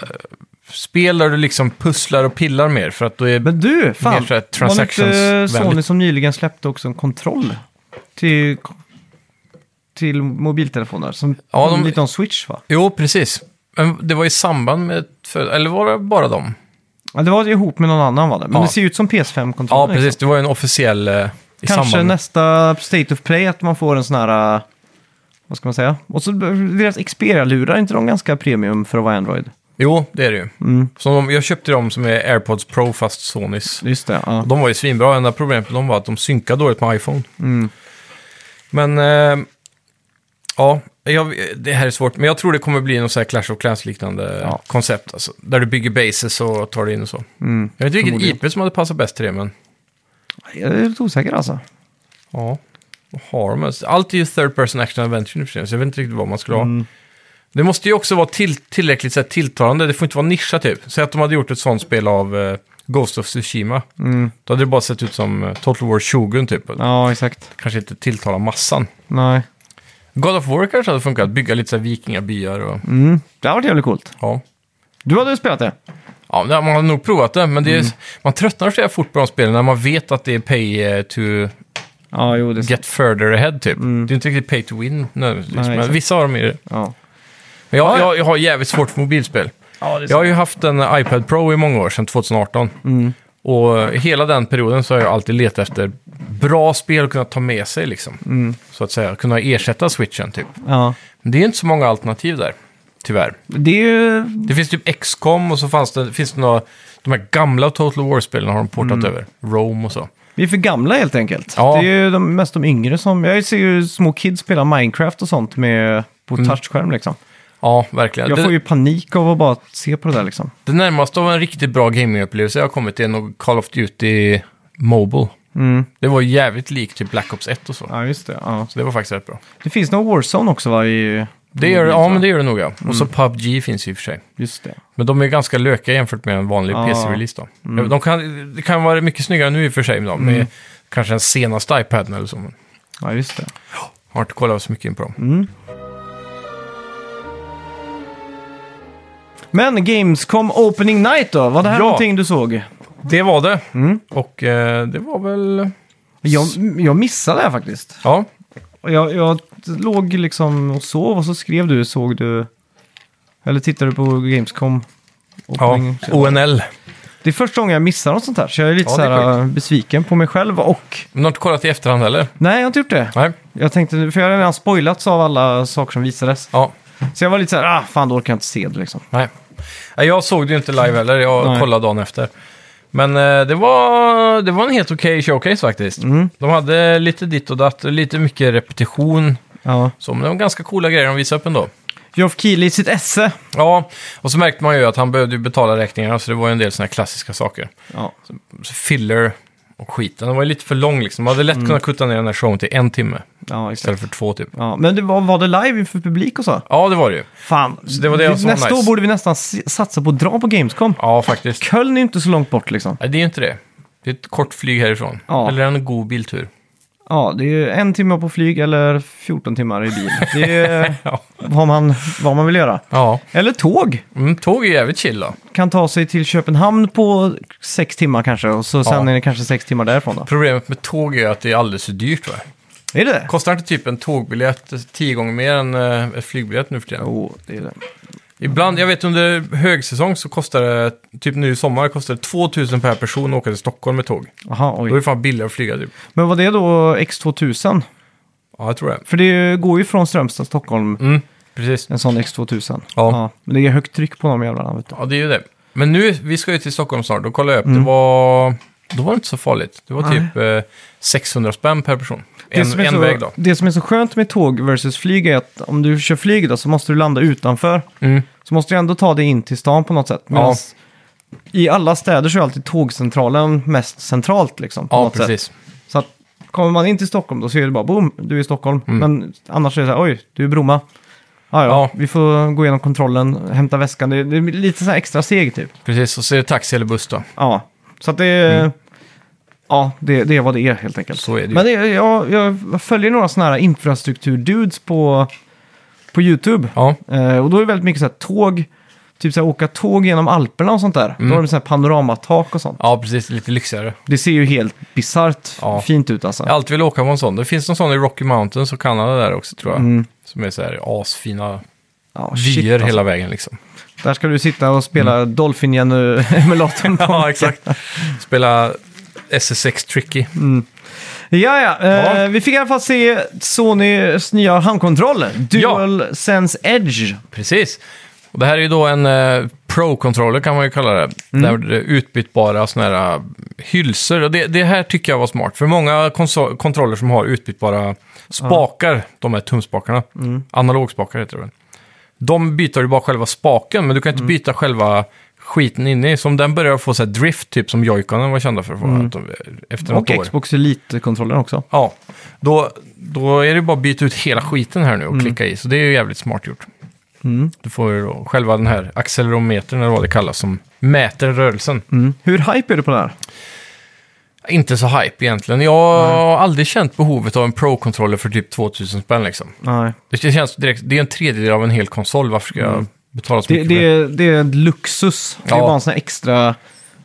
spel där du liksom pusslar och pillar mer. För att då är Men du, Mer fan. så här Var det inte Sony transactions-vänligt. som nyligen släppte också en kontroll till, till mobiltelefoner? Som Ja, ja, de- lite om Switch va? Jo, precis. Men det var i samband med... ett För... Eller var det bara dem? Ja, det var ihop med någon annan var det. Men Ja. det ser ut som PS5-kontroll. Ja, precis. Det var ju en officiell... eh, I liksom. Kanske samband med... nästa State of Play att man får en sån här... äh, Vad ska man säga? Och så deras Xperia-lurar, är inte de ganska premium för att vara Android? Jo, det är det ju. Så de, jag köpte dem som är AirPods Pro fast Sonys. Just det, ja. De var ju svinbra. Enda problemet med dem var att de synkade dåligt med iPhone. Men... eh, ja, jag, det här är svårt. Men jag tror det kommer bli något så här Clash of Clans-liknande Ja. koncept. Alltså, där du bygger bases och tar dig in och så. Jag vet inte vilken förmodligen. IP som hade passat bäst till det, men... Jag är lite osäker alltså. Ja, vad har de ens? Allt är ju third person action adventure nu för tiden, så jag vet inte riktigt vad man skulle ha. Mm. Det måste ju också vara till, tillräckligt så här, tilltalande, det får inte vara nischat typ. Säg att de hade gjort ett sånt spel av eh, Ghost of Tsushima. Då hade det bara sett ut som eh, Total War Shogun typ. Mm. Ja, exakt. Kanske inte tilltalar massan. Nej. God of War kanske hade funkat, bygga lite så här vikingabyar och... Mm. Det har varit jävligt coolt. Ja. Du hade ju spelat det. Ja, men man har nog provat det, men det Mm. är, man tröttnar så jävla fort på de spelen när man vet att det är pay eh, to Ja, jo, det är get further ahead typ. Det är inte riktigt pay to win nödvändigtvis, Mm. Nej, men exakt. vissa har de i det. ja. Men jag, jag, jag har jävligt svårt för mobilspel. Ja, det Jag har ju haft en eh, iPad Pro i många år, sedan 2018. Mm. Och eh, hela den perioden så har jag alltid letat efter bra spel att kunna ta med sig, liksom. Mm. Så att säga, kunna ersätta switchen, typ. ja. Men det är inte så många alternativ där, tyvärr. Det är ju... Det finns typ XCOM och så fanns det, finns det några, de här gamla Total War-spelen har de portat Mm. över. Rome och så. Vi är för gamla helt enkelt. Ja. Det är ju de, mest de yngre som... Jag ser ju små kids spela Minecraft och sånt med, på touchskärm liksom. Mm. Ja, verkligen. Jag Det, får ju panik av att bara se på det där liksom. det närmaste av en riktigt bra gamingupplevelse jag har kommit är nog Call of Duty Mobile. Mm. Det var jävligt likt typ Black Ops 1 och så. Ja, just det. Ja. Så det var faktiskt rätt bra. Det finns nog Warzone också va? I, Det Mm. gör, mobil, ja, va? men det gör det nog ja. Och så PubG finns ju i och för sig. Just det. Men de är ganska löka jämfört med en vanlig Ja. PC-release då. De kan, det kan vara mycket snyggare nu i och för sig, då, med kanske den senaste iPaden eller så. Men Ja, just det. har inte kollat så mycket in på dem. Men Gamescom Opening Night då? Var det här Ja. någonting du såg? Det var det. Och eh, det var väl... Jag, jag missade det här faktiskt. Ja, Och Jag, jag låg liksom och sov och så skrev du, såg du... Eller tittade du på Gamescom? ja. Opening? ONL. Det är första gången jag missar något sånt här, så jag är lite Ja, så det är här, äh, besviken på mig själv och... Men du har inte kollat i efterhand heller? Nej, jag har inte gjort det. Nej. Jag tänkte, för jag har redan spoilats av alla saker som visades. Ja. Så jag var lite så här, ah, fan då orkar jag inte se det liksom. Nej. Nej, Jag såg det ju inte live heller, jag Nej. kollade dagen efter. Men eh, det, var, det var en helt okej showcase faktiskt. Mm. De hade lite ditt och datt, och lite mycket repetition. Ja. Så, men det var ganska coola grejer de visade upp ändå. Geoff Keighley i sitt esse. Ja, och så märkte man ju att han behövde ju betala räkningarna, så det var ju en del sådana här klassiska saker. Ja. Så filler och skiten, den var ju lite för lång liksom. Man hade lätt Mm. kunnat kutta ner den här showen till en timme Ja, exakt. istället för två typ. Ja, men det var, var det live inför publik och så? Ja, det var det ju. Fan, det var det vi- jag sa, nästa nice. år borde vi nästan s- satsa på att dra på Gamescom. Ja, faktiskt. Köln är ju inte så långt bort liksom. Nej, det är ju inte det. Det är ett kort flyg härifrån. Ja. Eller en god biltur. Ja, det är ju en timme på flyg eller 14 timmar i bil. Det är Ja. vad man, vad man vill göra. ja. Eller tåg. Mm, tåg är jävligt chill då. Kan ta sig till Köpenhamn på sex timmar kanske. Och så sen Ja. är det kanske sex timmar därifrån då. Problemet med tåg är att det är alldeles för dyrt va? Är det det? Kostar inte typ en tågbiljett tio gånger mer än eh, ett flygbiljett nu för tiden? Jo, det är det. Ibland, jag vet under högsäsong så kostar det, typ nu i sommar, kostar det 2000 per person att åka till Stockholm med tåg. Aha, Då är oj. det fan billigare att flyga typ. Men var det då X2000? Ja, jag tror det. För det går ju från Strömstad till Stockholm, Mm, precis. en sån X2000. Ja. Men det är högt tryck på de jävlarna, vet du. Ja, det är ju det. Men nu, vi ska ju till Stockholm snart, då kollade jag upp, det var... Då var det inte så farligt. Det var Mm. Nej. typ eh, 600 spänn per person. Det En, som, är en så, väg då. det som är så skönt med tåg versus flyg är att om du kör flyg då så måste du landa utanför. Mm. Så måste du ändå ta dig in till stan på något sätt. Medans I alla städer så är alltid tågcentralen mest centralt liksom. På Ja, något Sätt. precis. Så att, kommer man in till Stockholm då så är det bara boom, du är i Stockholm. Men annars är det så här, oj, du är i Bromma. Ah, Ja, ja, Mm. Ja. vi får gå igenom kontrollen, hämta väskan. Det, det är lite så här extra steg typ. Precis, och så är det taxi eller buss då. Ja, så att det är... Ja, det, det är vad det är helt enkelt. Mm. Så är det ju. Men det, jag, jag följer några sådana här infrastrukturdudes på, på YouTube. Ja, Eh, och då är det väldigt mycket så här tåg, typ så här åka tåg genom Alperna och sånt där. Mm. Då har de så här panoramatak och sånt. ja precis. Lite lyxigare. Det ser ju helt bisarrt Ja. fint ut alltså. Jag har alltid velat åka på en sån. Det finns någon sån i Rocky Mountains och Kanada där också tror jag. Som är så här asfina Ja, vyer alltså. hela vägen liksom. Där ska du sitta och spela Dolphin Jenny-emulatorn. på. Mm. ja, exakt. Spela SS6 Tricky. Ja, ja. Eh, Ja. Vi fick i alla fall se Sonys nya handkontroll. Dual Sense Edge. Precis. Och det här är ju då en eh, Pro-controller kan man ju kalla det. Mm. Där det är utbytbara sådana här eh, hylsor. Och det, det här tycker jag var smart. För många konso- kontroller som har utbytbara spakar, de här tumspakarna, Mm. analogspakar heter det väl. De byter ju bara själva spaken, men du kan inte Mm. byta själva skiten inne i. Så om den börjar få så här drift, typ som Joy-Conen var kända för, att få att de, efter något Mm. Och år. Xbox Elite-kontrollen också. Ja, då, då är det bara att byta ut hela skiten här nu Mm. och klicka i. Så det är ju jävligt smart gjort. Du får ju då själva den här accelerometern, eller vad det kallas, som mäter rörelsen. Hur hype är du på det här? Inte så hype egentligen. Jag har aldrig känt behovet av en Pro-controller för typ 2000 spänn liksom. Nej. Det känns direkt, det är en tredjedel av en hel konsol, varför ska jag betala så Mm. Det, mycket för det, är, det är en luxus. Det är Ja. bara en sån här extra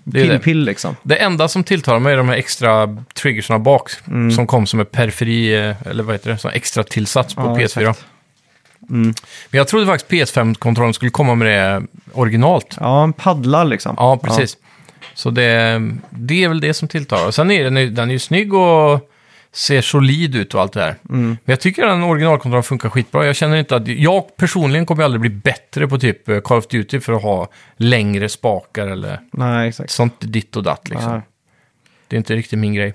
Det är det. pill-pill liksom. Det enda som tilltalar mig är de här extra triggersarna bak. Mm. Som kom som en periferi, eh, eller vad heter det, som extra tillsats på Ja, PS4. exakt. Mm. Men jag trodde faktiskt PS5-kontrollen skulle komma med det originalt. Ja, en paddla liksom. Ja, precis. Så det, det är väl det som tilltalar. Sen är den, ju- den är ju snygg och ser solid ut och allt det där. Mm. Men jag tycker den originalkontrollen funkar skitbra. Jag känner inte att... Jag personligen kommer aldrig bli bättre på typ eh, Call of Duty för att ha längre spakar eller Nej, exakt. sånt ditt och datt liksom. Nej. Det är inte riktigt min grej.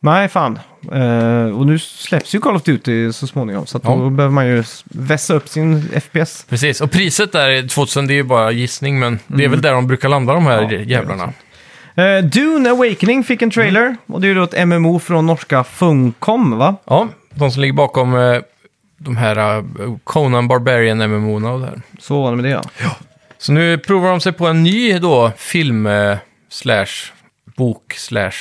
Nej, fan. Eh, och nu släpps ju Call of Duty så småningom, så att Ja. då behöver man ju s- vässa upp sin FPS. Precis, och priset där, är 2000, det är ju bara gissning, men det är väl där de brukar landa de här Mm. Ja, det är jävlarna. Eh, Dune Awakening fick en trailer, Mm. och det är ju då ett MMO från norska Funcom, va? Ja, de som ligger bakom eh, de här eh, Conan Barbarian MMO-erna och det här. Så var det med det, ja. Så nu provar de sig på en ny då film eh, slash bok slash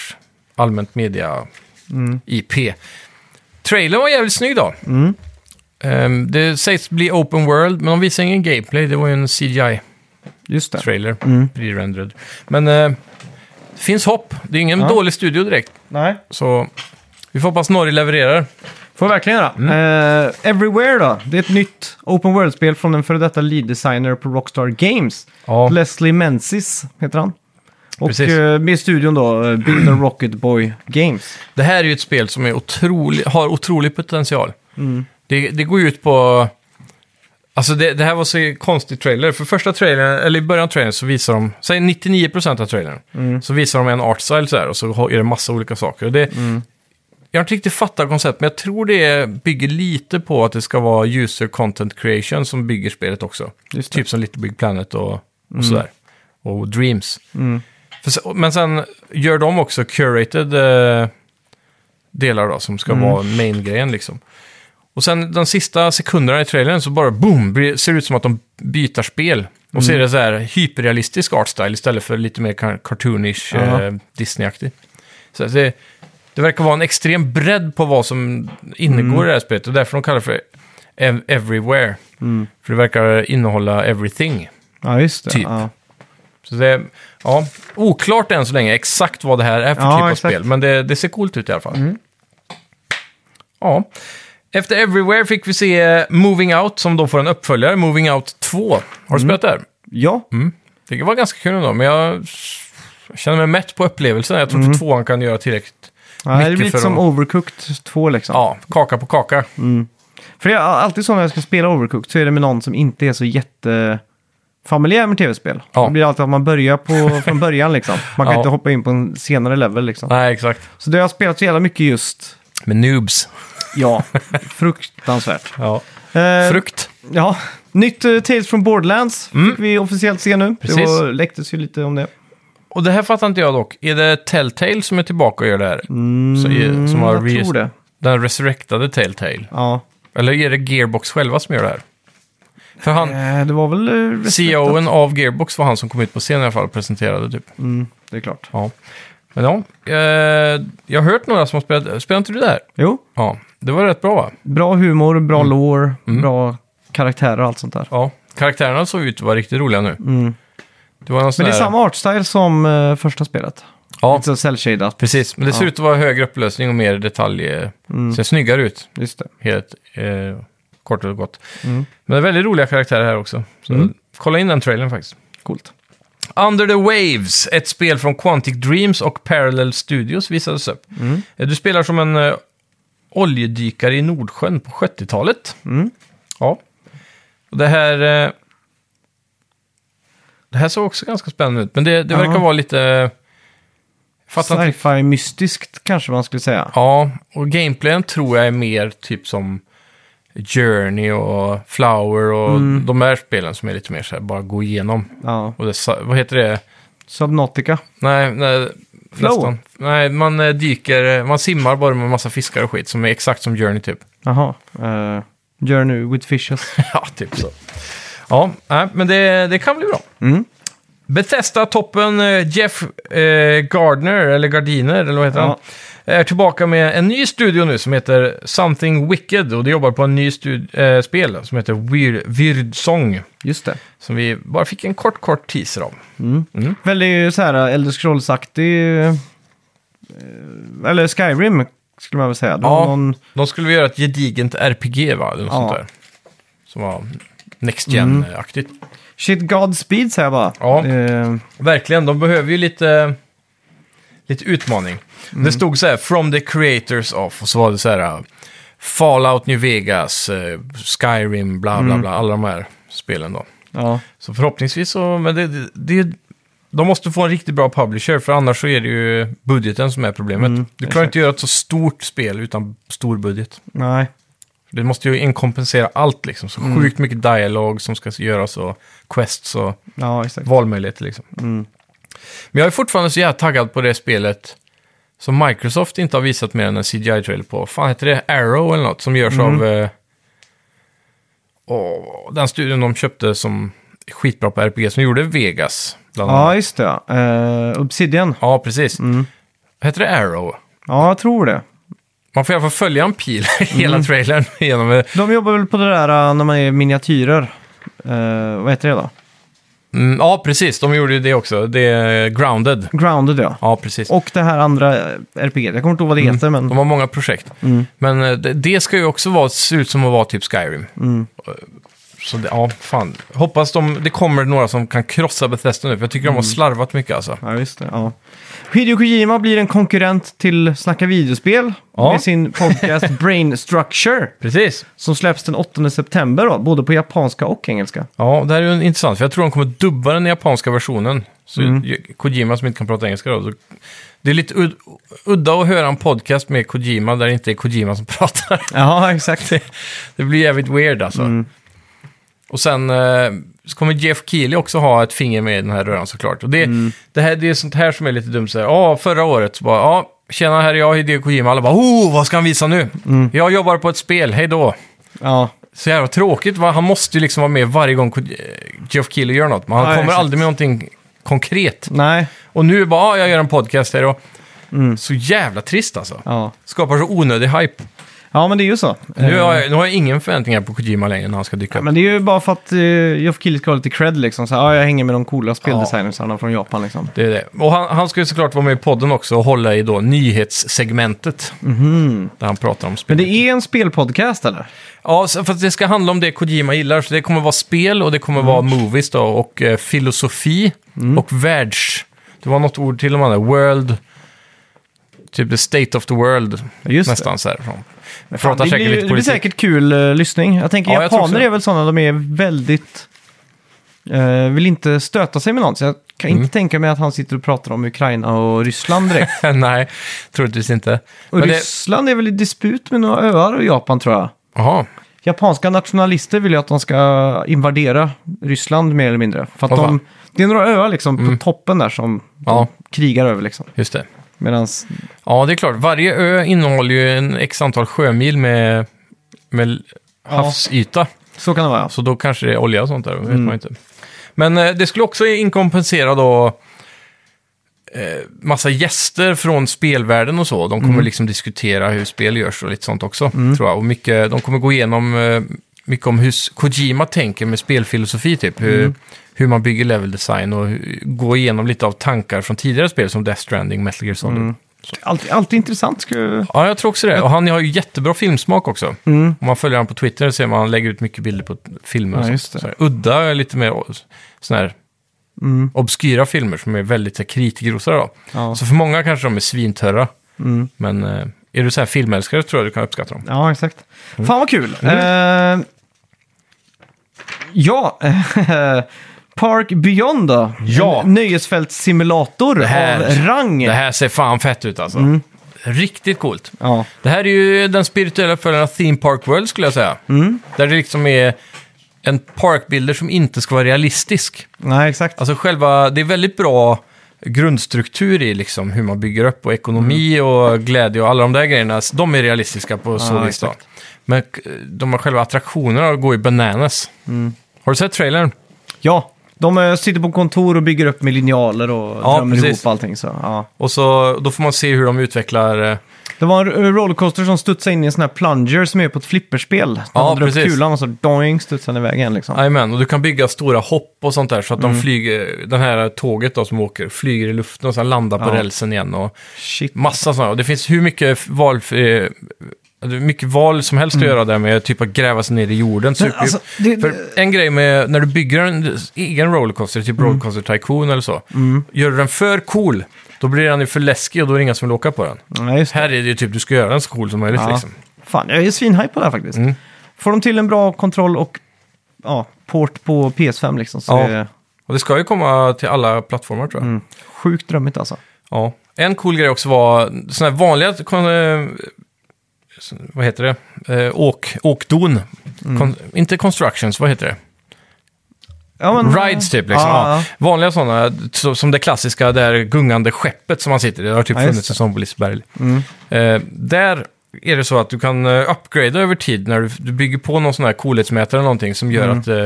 allmänt media Mm. IP. Trailern var jävligt snygg då. Ehm, det sägs bli open world, men de visar ingen gameplay. Det var ju en CGI Just det. trailer, pre-rendered. Men eh, det finns hopp. Det är ingen Ja. dålig studio direkt. Nej. Så Vi får hoppas Norge levererar. Får jag verkligen Mm. göra. Eh, Everywhere då, det är ett nytt open world-spel från en före detta lead designer på Rockstar Games. Ja. Leslie Menzies heter han. Och Precis. eh, med i studion då, eh, Build and Rocket Boy Games. Det här är ju ett spel som är otrolig, har otrolig potential. Mm. Det, det går ju ut på... Alltså det, det här var så konstig trailer. För första trailern, eller i början av trailern så visar de, säg 99% av trailern, Mm. så visar de en artstyle så här och så har- är det massa olika saker. Och det, Mm. Jag har inte riktigt fattat konceptet, men jag tror det bygger lite på att det ska vara user content creation som bygger spelet också. Just det. Mm. Typ som Little Big Planet och, och sådär. Och Dreams. För se- men sen gör de också curated eh, delar då, som ska vara main-grejen liksom. Och sen de sista sekunderna i trailern så bara boom, blir- ser det ut som att de byter spel. Och så är det så här hyperrealistisk artstyle istället för lite mer kar- cartoonish, Ja. eh, Disney-aktig. Så att det, Det verkar vara en extrem bredd på vad som ingår i det här spelet. Och därför de kallar det för ev- Everywhere. För det verkar innehålla everything. Ja, just det. Typ. Ja. Så det är, ja, oklart än så länge exakt vad det här är för Ja, typ av exakt. Mm. spel. Men det, det ser coolt ut i alla fall. Ja. Efter Everywhere fick vi se eh, Moving Out som då får en uppföljare, Moving Out 2. Har du Mm. spelat där? ja. Mm. Det var ganska kul ändå, men jag känner mig mätt på upplevelsen. Jag tror Mm. inte tvåan kan göra tillräckligt. Ja, det Mycket blir lite för som dem. Overcooked 2 liksom. Ja, kaka på kaka. För det är alltid så när jag ska spela Overcooked så är det med någon som inte är så jättefamiljär med tv-spel. Ja. Det blir alltid att man börjar på, från början liksom. Man kan Ja. inte hoppa in på en senare level liksom. Nej, exakt. Så det har jag spelat så jävla mycket just, Med noobs. ja, fruktansvärt. Ja. Eh, Frukt. Mm. Ja, nytt eh, Tales from Borderlands fick vi officiellt se nu. Det Precis. var, läcktes ju lite om det. Och det här fattar inte jag dock. Är det Telltale som är tillbaka och gör det här? Så är- som har Mm, jag re- tror det. Den resurrectade Telltale. Ja. Eller är det Gearbox själva som gör det här? För han, Eh, Det var väl... eh, CEOen av Gearbox var han som kom ut på scen i alla fall och presenterade typ. Mm, det är klart. Ja. Men ja, eh, jag har hört några som har spelat, spelar inte du där? Jo, Ja, det var rätt bra va? bra humor, bra Mm. lore, bra karaktärer och allt sånt där. Ja, karaktärerna såg ut att vara riktigt roliga nu. Det var någon sån Mm. Men det är här- samma artstyle som eh, första spelet. Ja, Lite så cell-shadat. precis. Men det ser Ja. Mm. ut att vara högre upplösning och mer detalj. eh, Ser snyggare ut, Just det. helt eh, kort och gott. Mm. Men det är väldigt roliga karaktärer här också. Så kolla in den trailern faktiskt. Coolt. Under the Waves, ett spel från Quantic Dreams och Parallel Studios visades upp. Eh, Du spelar som en eh, oljedykare i Nordsjön på 70-talet. Ja. Och det här... eh, det här såg också ganska spännande ut, men det, det Ja. verkar vara lite... Fattar inte. Sci-fi mystiskt kanske man skulle säga. Ja, och gameplayen tror jag är mer typ som Journey och Flower och de här spelen som är lite mer så här, bara gå igenom. Ja. Och det, sa- vad heter det? Subnautica. Nej, nej Flow? nästan. Nej, man eh, dyker, eh, man simmar bara med massa fiskar och skit som är exakt som Journey typ. Jaha. Uh, Journey with Fishes. ja, typ så. Ja, nej, men det, det kan bli bra. Mm. Bethesda-toppen eh, Jeff eh, Gardner, eller Gardiner, eller vad heter Ja. han? Är tillbaka med en ny studio nu som heter Something Wicked och det jobbar på en ny stud- eh, spel som heter Weird, Weird Song. Just det. Som vi bara fick en kort, kort teaser av. Väldigt så här eh, Elder Scrolls-aktig... eh, Eller Skyrim skulle man väl säga. Det var Ja. någon, De skulle väl göra ett gedigent RPG va? Eller något Ja. sånt där. Som var Next Gen-aktigt. shit Godspeed säger jag bara. Ja. Eh, Verkligen, de behöver ju lite, lite utmaning. Det stod så här, from the creators of, och så var det så här, uh, Fallout New Vegas, eh, Skyrim, bla bla bla, alla de här spelen då. ja. Så förhoppningsvis så, men det, det, det, de måste få en riktigt bra publisher, för annars så är det ju budgeten som är problemet. du klarar inte att göra ett så stort spel utan stor budget. Nej. Det måste ju inkompensera allt liksom, så sjukt mycket dialog som ska göras och quests och Ja, exakt. valmöjligheter liksom. Men jag är fortfarande så jävla taggad på det spelet som Microsoft inte har visat mer än en CGI-trailer på. Fan heter det Arrow eller något som görs av eh, åh, den studion de köpte som är skitbra på RPG som gjorde Vegas. Bland annat. Ja, just det. ja. Eh, Obsidian. Ja, precis. Heter det Arrow? Ja, jag tror det. Man får i alla fall följa en pil hela trailern genom eh, De jobbar väl på det där eh, när man är miniatyrer. Eh, vad heter det då? mm, Ja, precis. De gjorde ju det också. Det är Grounded. Grounded ja. Ja, precis. Och det här andra eh, RPG. Jag kommer inte ihåg vad det heter, men Mm. De har många projekt. Men eh, det, det ska ju också vara, se ut som att vara typ Skyrim. Eh, Så det, ja, fan. Hoppas de, det kommer några som kan krossa Bethesda nu, för jag tycker de har slarvat mycket alltså. ja, just det. Ja. Hideo Kojima blir en konkurrent till Snacka videospel Ja. med sin podcast Brain Structure Precis. som släpps den 8 september, då, både på japanska och engelska. Ja, det här är ju en- intressant, för jag tror de kommer dubba den japanska versionen. Så ju- Kojima som inte kan prata engelska då. Så det är lite ud, udda att höra en podcast med Kojima där det inte är Kojima som pratar. Ja, exakt. Det blir jävligt weird alltså. Mm. Och sen eh, så kommer Jeff Keely också ha ett finger med i den här röran såklart. Och det, Mm. det, här, det är sånt här som är lite dumt. Så här, ja, förra året så bara, ja, tjena här är jag, Hideo Kojima. Alla bara, oh, vad ska han visa nu? Mm. Jag jobbar på ett spel, hej då. Ja, Så jävla tråkigt, va? han måste ju liksom vara med varje gång Ko- eh, Jeff Keely gör något. Men han Ja, kommer exakt. aldrig med någonting konkret. nej. Och nu bara, ja, jag gör en podcast här och Så jävla trist alltså. Mm. Ja. Skapar så onödig hype. ja, men det är ju så. Nu Eh, har, jag, nu har jag ingen förväntningar på Kojima längre när han ska dyka Ja, upp. men det är ju bara för att eh, Geoff Keighley ska ha lite cred liksom. Så, här, ja, jag hänger med de coola speldesignersarna från Japan liksom. Det är det. Och han, han ska ju såklart vara med i podden också och hålla i då nyhetssegmentet. Där han pratar om spel. Mhm. Men det är en spelpodcast eller? Ja, så- för att det ska handla om det Kojima gillar. Så det kommer vara spel och det kommer vara Mm. movies då, och eh, filosofi och världs... Det var något ord till om det. World... Typ the state of the world. Just det. nästan så här. från. Fan, Pratar det, säkert blir, lite det blir politik. säkert kul eh, lyssning. Jag tänker Ja, jag tror japaner också är väl sådana, de är väldigt... eh, vill inte stöta sig med någon. Så jag kan Mm. inte tänka mig att han sitter och pratar om Ukraina och Ryssland direkt. Nej, troligtvis inte. Och Men det- Ryssland är väl i disput med några öar och Japan tror jag. Jaha. Japanska nationalister vill ju att de ska invadera Ryssland mer eller mindre. För att Åh, de, va. Mm. det är några öar liksom på toppen där som Ja. de krigar över liksom. Just det. Medan Ja, det är klart. Varje ö innehåller ju en x antal sjömil med, med havsyta. så kan det vara. Så då kanske det är olja och sånt där, det vet man inte. Men eh, det skulle också inkompensera då eh, massa gäster från spelvärlden och så. De kommer liksom diskutera hur spel görs och lite sånt också, tror jag. Och mycket, de kommer gå igenom eh, mycket om hur s- Kojima tänker med spelfilosofi, typ. Hur, hur man bygger level design och hur, gå igenom lite av tankar från tidigare spel som Death Stranding, Metal Gear Solid. Alltid, alltid intressant. Ska... ju- Ja, jag tror också det. Och han har ju jättebra filmsmak också. Om man följer honom på Twitter ser man att han lägger ut mycket bilder på filmer. och Ja, sånt. just det. Så här, udda, är lite mer sådana här obskyra filmer som är väldigt så här, kritgrosare. Då. Mm, Ja. Mm. Så för många kanske de är svintörra. Men eh, är du så här filmälskare tror jag du kan uppskatta dem. Ja, exakt. Fan vad kul! Mm. Eh, ja, Park Beyond då. Ja. En nöjesfältssimulator här- av rang. Det här ser fan fett ut alltså. Mm. Riktigt coolt. Ja. Det här är ju den spirituella följden av Theme Park World skulle jag säga. Mm. Där det liksom är en parkbilder som inte ska vara realistisk. Nej, exakt. Alltså själva, det är väldigt bra grundstruktur i liksom hur man bygger upp och ekonomi och glädje och alla de där grejerna. Så De är realistiska på så Mm. Ja, vis då. Men eh, de här själva attraktionerna går ju bananas. Mm. Har du sett trailern? Ja, de eh, sitter på kontor och bygger upp med linjaler och Ja, drömmer precis. ihop allting. Så, ja. Och så, då får man se hur de utvecklar... eh, Det var en r- rollercoaster som studsade in i en sån här plunger som är på ett flipperspel. Den Ja, drar upp precis. kulan och så doing studsar den iväg igen liksom. Jajamän, och du kan bygga stora hopp och sånt där så att Mm. de flyger, den här tåget då som åker flyger i luften och sen landar på Ja. rälsen igen. Och, Shit. Massa sådana. Och det finns hur mycket val, eh, det är mycket val som helst att göra där med typ att gräva sig ner i jorden. superdjupt. Mm. alltså, det- För en grej med när du bygger en egen rollercoaster, Mm. typ Rollercoaster Tycoon eller så. Gör du den för cool, då blir den ju för läskig och då är det inga som vill åka på den. Ja, just det. Här är det ju typ, du ska göra den så cool som möjligt Ja. liksom. Fan, jag är svinhype på det här faktiskt. Mm. Får de till en bra kontroll och ja, port på PS5 liksom så Ja. är det Och det ska ju komma till alla plattformar tror jag. Mm. sjukt drömmigt alltså. Ja. En cool grej också var sådana här vanliga, kon- eh, s- vad heter det, eh, åk, åkdon. Mm. Kon, inte constructions, vad heter det? Ja, men, Rides typ liksom. Ja, Ja, ja. Vanliga sådana, så, som det klassiska där gungande skeppet som man sitter i. Det har typ Ja, just funnits det. Mm. en sån på Liseberg. Eh, där är det så att du kan eh, upgrada över tid när du, du bygger på någon sån här coolhetsmätare eller någonting som Mm. gör att eh,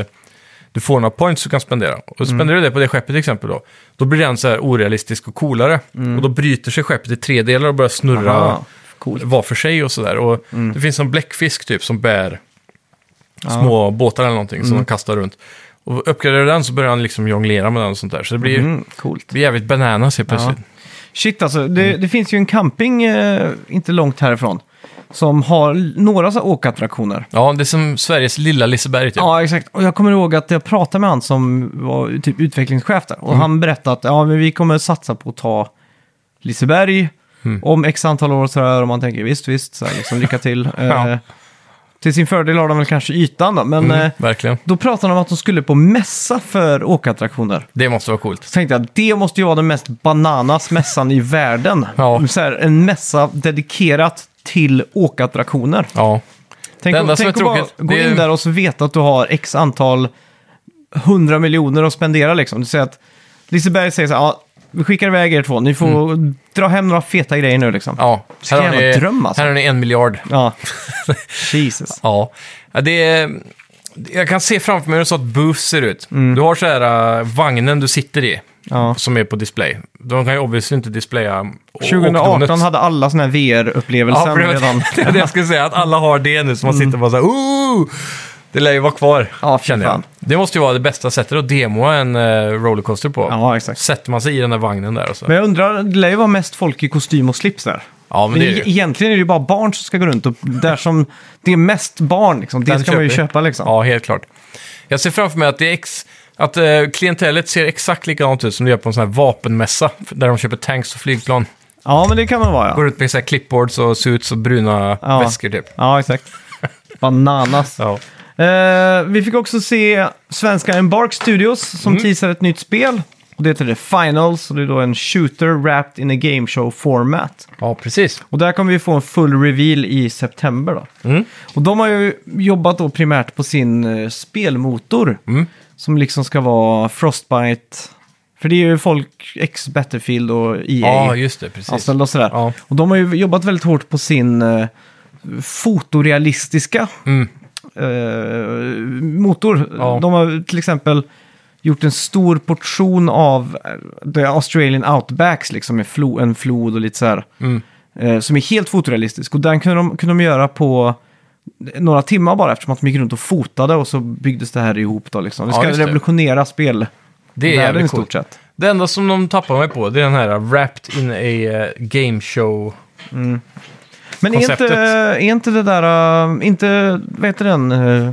du får några points du kan spendera. Och spenderar du det på det skeppet till exempel då, då blir den så här orealistisk och coolare. Och då bryter sig skeppet i tre delar och börjar snurra Mm. Aha, coolt. var för sig och sådär. Och det finns en bläckfisk typ som bär små båtar eller någonting som de kastar runt. Och uppgraderar du den så börjar han liksom jonglera med den och sånt där. Så det blir, Mm, coolt. blir jävligt bananas helt plötsligt. Shit alltså, det, det finns ju en camping eh, inte långt härifrån som har l- några så här åkattraktioner. Ja, det är som Sveriges lilla Liseberg typ. Ja, exakt. Och jag kommer ihåg att jag pratade med han som var typ utvecklingschef där. Och Mm. han berättade att ja, men vi kommer satsa på att ta Liseberg Mm. om x antal år och sådär. Och man tänker visst, visst, så här, liksom, lycka till. Ja. Mm. eh, till sin fördel har de väl kanske ytan då, men eh, Verkligen. då pratade de om att de skulle på mässa för åkattraktioner. Det måste vara coolt. Så tänkte jag, det måste ju vara den mest bananas mässan i världen. Ja. Så här, en mässa dedikerat till åkattraktioner. Ja. Tänk, Det enda att- som tänk är att tråkigt, bara gå det är- in där och så veta att du har x antal hundra miljoner att spendera liksom. Du säger att Liseberg säger så här, ja, vi skickar iväg er två, ni får dra hem några feta grejer nu liksom. Mm. ja. Vilken jävla dröm, alltså. här har ni en miljard. Ja. Jesus. Ja. Ja, det är, jag kan se framför mig hur en sån booth ser ut. Du har så här äh, vagnen du sitter i. Ja. som är på display. De kan ju obviously inte displaya å- 2018 åkdonet. hade alla sådana här Ja, VR-upplevelser för det var- redan. det är det jag skulle säga, att alla har det nu, så man sitter bara så här, ooh! Det lär ju vara kvar, Ja, fy känner jag. fan. Det måste ju vara det bästa sättet att demoa en eh, rollercoaster på. Ja, exakt. Sätter man sig i den där vagnen där och så. Men jag undrar, det lär ju vara mest folk i kostym och slips där. ja, men Men det är ju. e- egentligen är det ju bara barn som ska gå runt och där som det är mest barn, liksom, det Den ska man ju köper jag. köpa liksom. Ja, helt klart. Jag ser framför mig att, det är ex, att eh, klientellet ser exakt likadant ut som det gör på en sån här vapenmässa, där de köper tanks och flygplan. Ja, men det kan man vara ja. Går ut med så här clipboards och suits och bruna Ja. väskor typ. Ja, exakt. Bananas. Ja. Eh, vi fick också se svenska Embark Studios som Mm. teasar ett nytt spel. Och det heter The Finals och det är då en shooter wrapped in a game show format. ja, precis. Och där kommer vi få en full reveal i september då. Mm. Och de har ju jobbat då primärt på sin eh, spelmotor. Mm. Som liksom ska vara Frostbite. För det är ju folk, ex-Battlefield och E EA. Ja, just det, precis. anställda och sådär. Ja. Och de har ju jobbat väldigt hårt på sin eh, fotorealistiska Mm. eh, motor. Ja. De har till exempel gjort en stor portion av eh, The Australian Outbacks, liksom med flo- en flod och lite så här. Mm. Eh, som är helt fotorealistisk. Och den kunde de, kunde de göra på några timmar bara eftersom att de gick runt och fotade och så byggdes det här ihop då liksom. Det Ja, ska just det. revolutionera spel. Det är i jävligt stort coolt. sett. Det enda som de tappar mig på, det är den här wrapped in a eh, game show. Men är inte, Konceptet. är inte det där, äh, inte, vad heter den, äh,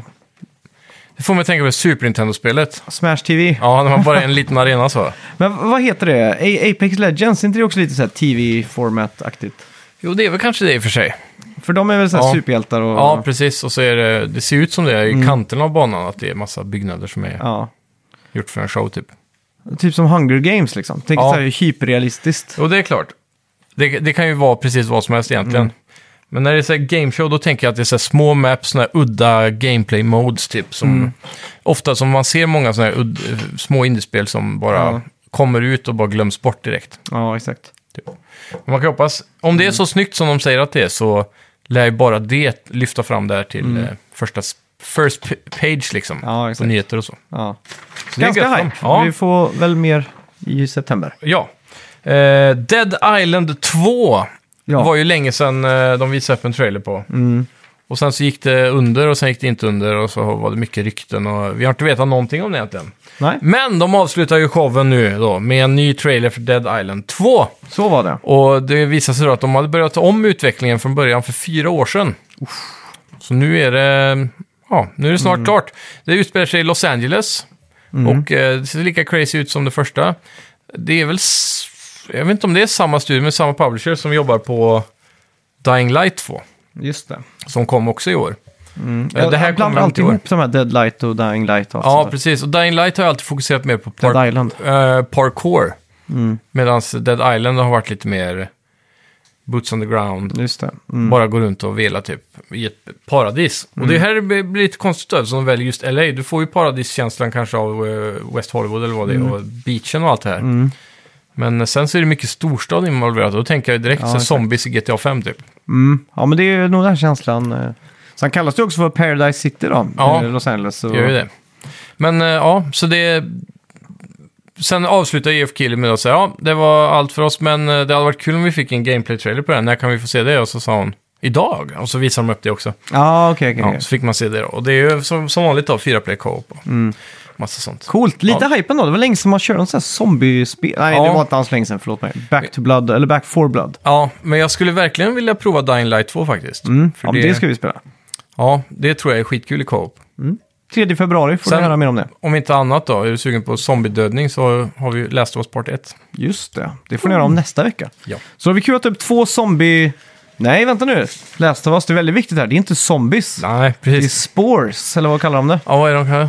Det får mig att tänka på Super Nintendo-spelet. Smash TV? Ja, när man bara är en liten arena så. Men v- vad heter det? A- Apex Legends, är inte det också lite så här TV-format-aktigt? Jo, det är väl kanske det i och för sig. För de är väl så här Ja. superhjältar och... Ja, precis. Och så är det, det ser ut som det är i kanten av banan, att det är massa byggnader som är ja. gjort för en show typ. Typ som Hunger Games liksom. Tänk Ja. så här hyperrealistiskt. Jo, det är klart. Det, det kan ju vara precis vad som helst egentligen. Men när det är så här game show, då tänker jag att det är så här små maps, såna här udda gameplay modes typ. Som, Ofta som man ser många såna här udd, små indiespel som bara Ja. kommer ut och bara glöms bort direkt. Ja, exakt. Typ. Men Man kan hoppas, om Mm. det är så snyggt som de säger att det är så lär ju bara det lyfta fram där till eh, första s- first p- page liksom. Mm. Ja, på exakt. nyheter och så. Ja. så det är Ganska gött för hype. dem. Vi får väl mer i september. Ja. ja. Eh, Dead Island 2 Ja. Mm. var ju länge sedan eh, de visade upp en trailer på. Och sen så gick det under och sen gick det inte under och så var det mycket rykten och vi har inte vetat någonting om det egentligen. Nej, Men de avslutar ju showen nu då med en ny trailer för Dead Island 2. så var det. Och det visade sig då att de hade börjat om utvecklingen från början för fyra år sedan. Så nu är det, ja, nu är Mm. det snart klart. Det utspelar sig i Los Angeles och eh, det ser lika crazy ut som det första. Det är väl, s- jag vet inte om det är samma studio med samma publisher som jobbar på Dying Light 2, Just det. som kom också i år. Eh, Jag, det här jag blandar kommer inte alltid i år. ihop de här Deadlight och Dying Light och allt Ja, sånt där. precis. Och Dying Light har jag alltid fokuserat mer på park Dead Island. Mm. eh, parkour. Medan Dead Island har varit lite mer boots on the ground. Just det. Mm. Bara gå runt och vela typ i ett paradis. Och det här blir blir lite konstigt då, eftersom de väljer just LA. Du får ju paradiskänslan kanske av eh, West Hollywood eller vad det är Mm. och beachen och allt det här. Men eh, sen så är det mycket storstad involverat. Då tänker jag direkt så här exakt. zombies i GTA 5 typ. Mm. Ja, men det är nog den känslan. eh. Sen kallas det också för Paradise City då, Ja. i Los Angeles. Så... Gör ju det. Men eh, ja, så det... Sen avslutar EF Killer med att säga ja, det var allt för oss, men eh, det hade varit kul om vi fick en gameplay-trailer på den. När kan vi få se det? Och så sa hon idag. Och så visade de upp det också. Ja, okej, okej. Ja, okej. så fick man se det då. Och det är ju som, som vanligt då, 4-play co-op och Mm. massa sånt. Coolt, lite hype ändå. Det var länge sedan man körde en sån här zombiespel. Nej, det Ja. var inte alls länge sedan, förlåt mig. Back to Blood, eller Back for Blood. Ja, men jag skulle verkligen vilja prova Dying Light 2 faktiskt. För Mm. Ja, men det ska vi spela. ja, det tror jag är skitkul i co-op. 3 februari får Sen- du höra mer om det. Om inte annat då, är du sugen på zombiedödning så har vi ju Last of Us Part 1. Just det, det får ni höra om nästa vecka. Ja. Så har vi kurat upp två zombie... Nej, vänta nu. Läste av oss, det är väldigt viktigt här. Det är inte zombies. Nej, Det är precis. spores, eller vad kallar de det? Ja, vad är de här?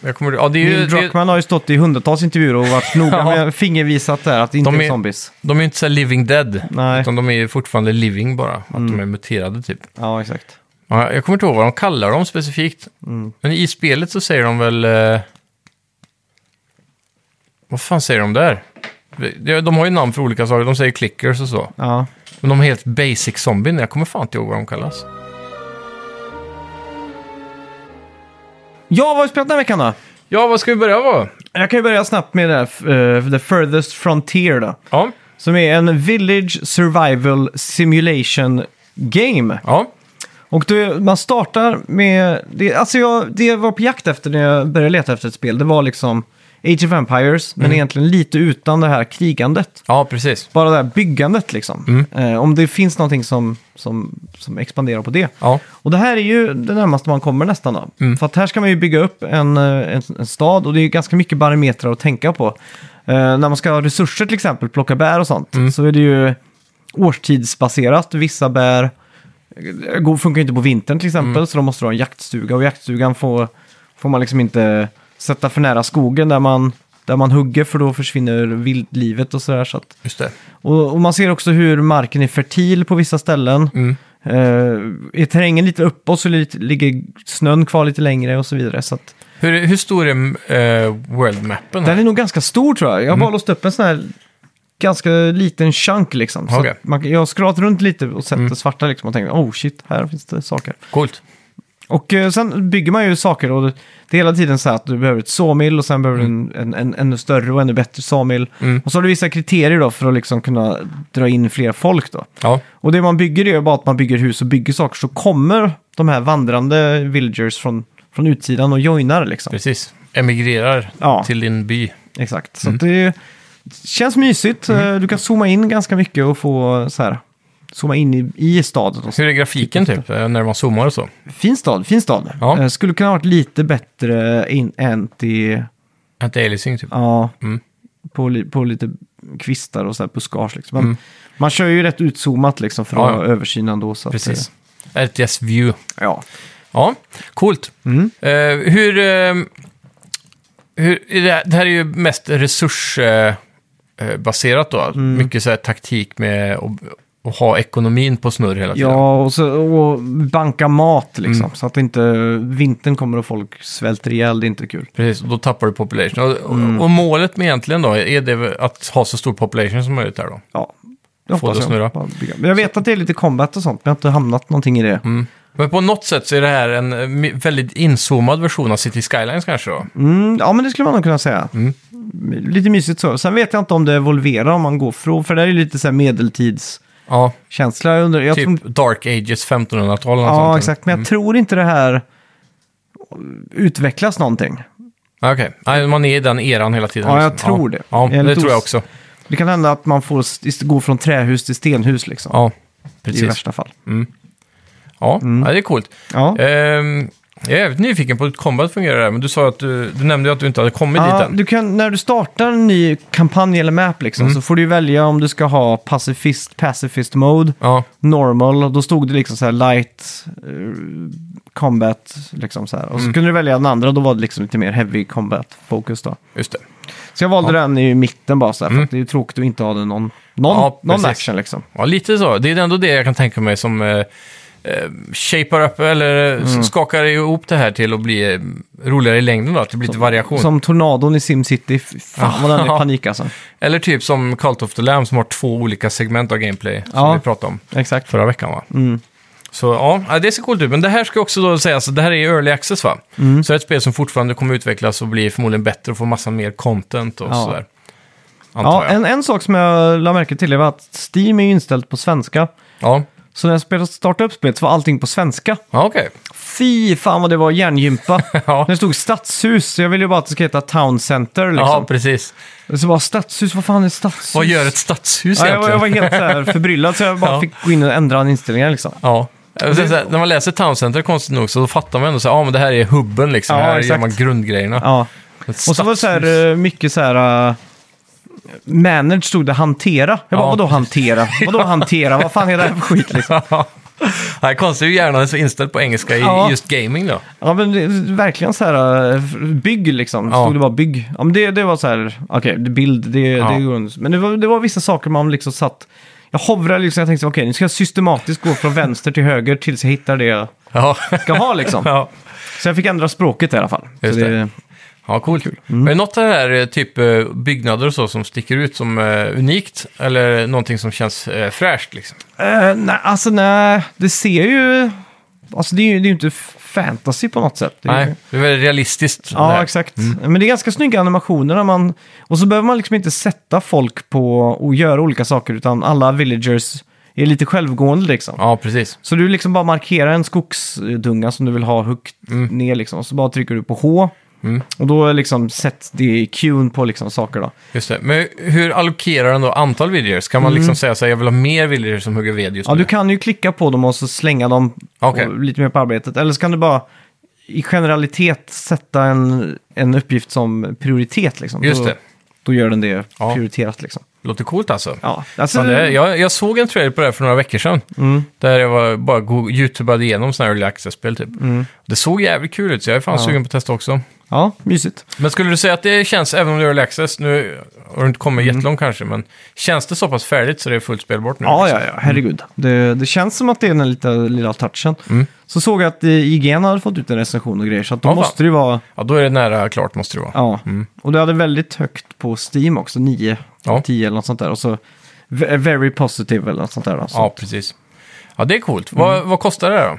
Jag kommer... Ja, det är ju... Neil Det, Druckmann har ju stått i hundratals intervjuer och varit noga Ja. med fingervisat där att det inte De är är- zombies. de är ju inte så här living dead. Nej. Mm. Utan de är ju fortfarande living bara. Att de är muterade typ. Ja, exakt. Ja, jag kommer inte ihåg vad de kallar dem specifikt. Men i spelet så säger de väl... Eh... Vad fan säger de där? De- De har ju namn för olika saker. De säger clickers och så. Ja. Men de är helt basic zombien. Jag kommer fan inte ihåg vad de kallas. Ja, vad har vi spelat den här veckan då? Ja, vad ska vi börja på? Jag kan ju börja snabbt med det här, eh, The Furthest Frontier då. Ja, Som är en Village Survival Simulation Game. ja. Och då, man startar med... Det, alltså jag, det jag var på jakt efter när jag började leta efter ett spel, det var liksom Age of Empires, men egentligen lite utan det här krigandet. ja precis. Bara det här byggandet liksom. Eh, om det finns någonting som, som, som expanderar på det. Ja, Och det här är ju det närmaste man kommer nästan då. För att här ska man ju bygga upp en, eh, en, en stad och det är ju ganska mycket barometrar att tänka på. Eh, när man ska ha resurser till exempel, plocka bär och sånt, så är det ju årstidsbaserat. Vissa bär eh, går- funkar ju inte på vintern till exempel, så då måste du ha en jaktstuga. Och jaktstugan får, får man liksom inte sätta för nära skogen där man, där man hugger, för då försvinner vildlivet och sådär. Så att, just det. och, och man ser också hur marken är fertil på vissa ställen. Mm. Eh, är terrängen lite uppåt så lite, ligger snön kvar lite längre och så vidare. Så att, Hur, hur stor är uh, world-mappen? den är nog ganska stor tror jag. Jag har Mm. bara låst upp en sån här ganska liten chunk liksom. Så Okej. Mm. att man, jag har scrollat runt lite och sett det svarta liksom och tänkt oh shit, här finns det saker. Coolt. Och eh, sen bygger man ju saker och det det är hela tiden så här att du behöver ett sawmill och sen behöver du en, en, en ännu större och ännu bättre sawmill. Mm. Och så har du vissa kriterier då för att liksom kunna dra in fler folk då. Ja, Och det man bygger är ju bara att man bygger hus och bygger saker så kommer de här vandrande villagers från, från utsidan och joinar liksom. precis. Emigrerar Ja. till din by. Exakt. Så att Mm. det känns mysigt. Eh, Du kan zooma in ganska mycket och få så här, zooma in i, i staden. Och så. Hur är grafiken typ, eh, när man zoomar och så? Fin stad, fin stad. Ja. Eh, Skulle kunna ha varit lite bättre in, anti, Anti-aliasing typ. ja, Mm. på, li, på lite kvistar och så här buskage liksom. Men man kör ju rätt utzoomat liksom för att Mm. Ja, ha översyn ändå. Så att, Precis. RTS View. eh, ja. Ja, coolt. Mm. Eh, hur, eh, hur, är det här- det här är ju mest resursbaserat då. Mm. Mycket så här taktik med att, att ha ekonomin på snurr hela tiden. Ja, och, så, och banka mat liksom. Mm. Så att inte vintern kommer och folk svälter ihjäl. Det är inte kul. Precis, och då tappar du population. Och, och- Mm. och målet med egentligen då, är det väl att ha så stor population som möjligt där då? Ja, jag Få det hoppas att snurra. jag. Bara bygga. Men jag vet att det är lite combat och sånt, men jag har inte hamnat någonting i det. Mm, Men på något sätt så är det här en eh, mi- väldigt inzoomad version av City Skylines kanske då? Mm. ja, men det skulle man nog kunna säga. Mm. Lite mysigt så. Sen vet jag inte om det evolverar om man går från, för det här är lite så här medeltidskänsla. Ja, Jag undrar, jag typ tror, Dark Ages 1500-tal eller något ja, sånt. exakt, men jag tror inte det här utvecklas någonting. Okej, Nej, man är i den eran hela tiden. Ja, jag liksom. tror det. Ja, Jag är det lite tror jag os- också. Det kan hända att man får st- gå från trähus till stenhus liksom. Ja, I precis. värsta fall. Ja, ja, det är coolt. Mm. Ja. Ehm, jag är jävligt nyfiken på hur combat fungerar där, men du sa att du, du nämnde ju att du inte hade kommit dit Ja, än. du kan, när du startar en ny kampanj eller map liksom, Mm. så får du ju välja om du ska ha pacifist, pacifist mode, Ja, normal, och då stod det liksom så här light eh, combat liksom så här. Och så Mm. kunde du välja den andra och då var det liksom lite mer heavy combat fokus då. just det. Så jag valde den i mitten bara så här, för att det är ju tråkigt att inte ha den någon, någon, Mm. Ja, någon precis. action liksom. Ja, lite så. Det är ändå det jag kan tänka mig som eh, eh, shapar upp eller mm. skakar ihop det här till att bli eh, roligare i längden då, att det blir lite variation. Som tornadon i SimCity, Fy fan vad den är panik alltså. Eller typ som Cult of the Lamb som har två olika segment av gameplay som Ja. vi pratade om Exakt. förra veckan va? Mm. Så ja, ja, det ser coolt ut. Men det här ska också då sägas, att det här är early access va? Mm. Så det är ett spel som fortfarande kommer utvecklas och bli förmodligen bättre och få massa mer content och Ja. sådär. Ja, Antar jag. en, en sak som jag la märke till var att Steam är ju inställt på svenska. Ja, Så när jag spelade- startade upp spelet så var allting på svenska. ja okej. Liksom. Fy fan vad det var järngympa. Ja. Det stod stadshus, så jag ville ju bara att det ska heta Town Center. Ja, Liksom. precis. Så bara stadshus, vad fan är stadshus? Vad gör ett stadshus ja, jag, var- egentligen? jag var helt så här förbryllad så jag bara Ja. fick gå in och ändra en inställningar liksom. Ja. Jag vill säga, när man läser Town Center konstigt nog så fattar man ändå så här, ah, men det här är hubben liksom, Ja, här gör exakt. man grundgrejerna. Ja. Och så var det så här eh, mycket så här... eh, Manage stod det hantera. Jag bara, Ja, vadå hantera? Vadå hantera? Vad fan är det här för skit liksom? Nej, konstigt hur hjärnan är så inställd på engelska i Ja. just gaming då. Ja men det, är verkligen så här, eh, bygg liksom. Ja. Stod det bara bygg. Ja men det, det var så här, okej, det bild, det, det går under. Men det var, det var vissa saker man liksom satt, jag hovrade liksom, jag tänkte okej nu ska jag systematiskt gå från vänster till höger tills jag hittar det jag Ja, ska ha liksom. ja. Så jag fick ändra språket i alla fall. Just så det. ja coolt. Är det något av det här eh, typ eh, byggnader och så som sticker ut som eh, unikt eller någonting som känns eh, fräscht liksom? Eh, nej, alltså nej, det ser ju, alltså det är ju det är ju inte f- fantasy på något sätt. Det är- Nej, det är väldigt realistiskt. det Ja, här. exakt. Mm. Men det är ganska snygga animationer. När man, och så behöver man liksom inte sätta folk på och göra olika saker, utan alla villagers är lite självgående liksom. Ja, precis. Så du liksom bara markerar en skogsdunga som du vill ha högt ner liksom. Och så bara trycker du på H. Mm. Och då är liksom sätts det i queue på liksom saker då. Just det. Men hur allokerar den då antal villagers? Kan man liksom säga så här, jag vill ha mer villagers som hugger ved just Mm. Ja, nu? du kan ju klicka på dem och så slänga dem Okej. och lite mer på arbetet. Eller så kan du bara i generalitet sätta en, en uppgift som prioritet liksom. Just då, det. Då gör den det Ja. prioriterat liksom. Låter coolt alltså. Ja, alltså, Fan, det, jag, jag såg en trailer på det här för några veckor sedan. Mm. Där jag var, bara go- youtubade igenom sådana här early access-spel typ. Mm. Det såg jävligt kul ut, så jag är fan sugen på att testa också. ja mysigt. Men skulle du säga att det känns, även om det är early access, nu har du inte kommit Mm. jättelångt kanske, men känns det så pass färdigt så det är fullt spelbart nu? Ja, liksom? ja, ja, herregud. Det, det känns som att det är den lilla, lilla touchen. Så såg jag att eh, IGN hade fått ut en recension och grejer, så att då Mm. Ja, fan. måste det ju vara... ja, då är det nära klart måste det vara. Ja, och det hade väldigt högt på Steam också, 9 Ja. 10 eller något sånt där. Och så ve- very positive eller något sånt där. alltså. då. Så, Ja, precis. Ja, det är coolt. Mm. Vad, vad kostar det då?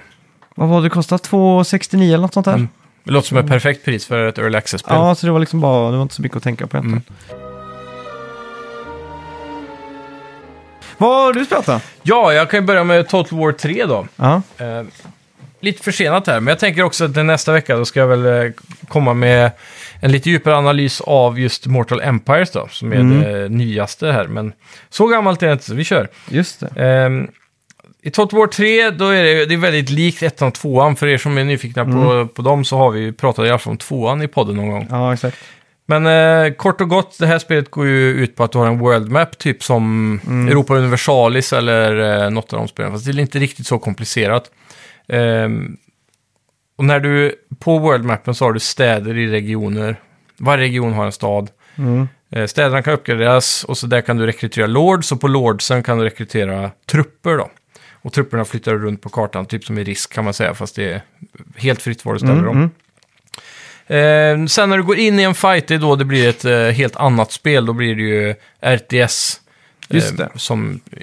Vad var det kostat? 2,69 eller något sånt där? Det låter som ett perfekt pris för ett early access-spel. Mm. Ja, så det var liksom bara, det var inte så mycket att tänka på egentligen. Mm. Vad har du spelat då? Ja, jag kan ju börja med Total War 3 då. Ja, Eh, lite försenat här, men jag tänker också att den nästa vecka då ska jag väl eh, komma med en lite djupare analys av just Mortal Empires då, som är Mm. det nyaste här. Men så gammalt är det inte, så vi kör. just det. Ehm, I Total War 3, då är det, det är väldigt likt ettan och tvåan. För er som är nyfikna på, på dem så har vi ju pratat i alla fall om tvåan i podden någon gång. Ja, exakt. Men eh, kort och gott, det här spelet går ju ut på att du har en world map, typ som Europa Universalis eller eh, något av de spelen. Fast det är inte riktigt så komplicerat. Ehm, och när du, på world mappen så har du städer i regioner. Varje region har en stad. Mm. Eh, städerna kan uppgraderas och så där kan du rekrytera lords och på lordsen kan du rekrytera trupper då. Och trupperna flyttar runt på kartan, typ som i risk kan man säga, fast det är helt fritt var du Mm, ställer dem. Eh, sen när du går in i en fight, det är då det blir ett eh, helt annat spel. Då blir det ju RTS. eh, Just det. Som, eh,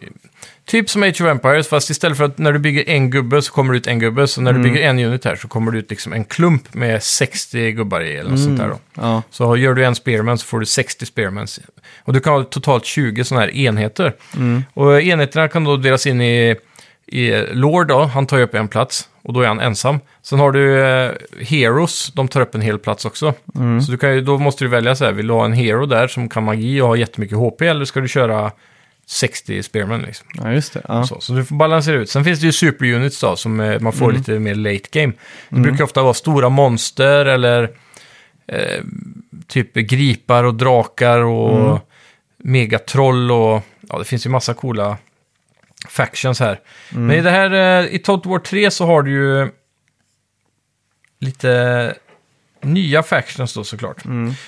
typ som Age of Empires, fast istället för att när du bygger en gubbe så kommer det ut en gubbe. Så när Mm. du bygger en unit här så kommer det ut liksom en klump med 60 gubbar i eller något Mm. sånt där då. Ja, Så gör du en spearman så får du 60 spearmans. Och du kan ha totalt 20 sådana här enheter. Mm. Och enheterna kan då delas in i, i Lord då, han tar ju upp en plats och då är han ensam. Sen har du eh, Heroes, de tar upp en hel plats också. Så du kan ju, då måste du välja så här, vill du ha en Hero där som kan magi och har jättemycket HP eller ska du köra 60 spearman liksom? ja just det. Ja. Så, så du får balansera ut. Sen finns det ju superunits då, som eh, man får lite mer late game. Det brukar ofta vara stora monster eller eh, typ gripar och drakar och megatroll och ja, det finns ju massa coola factions här. Men i det här, eh, i Total War 3 så har du ju lite nya factions då såklart.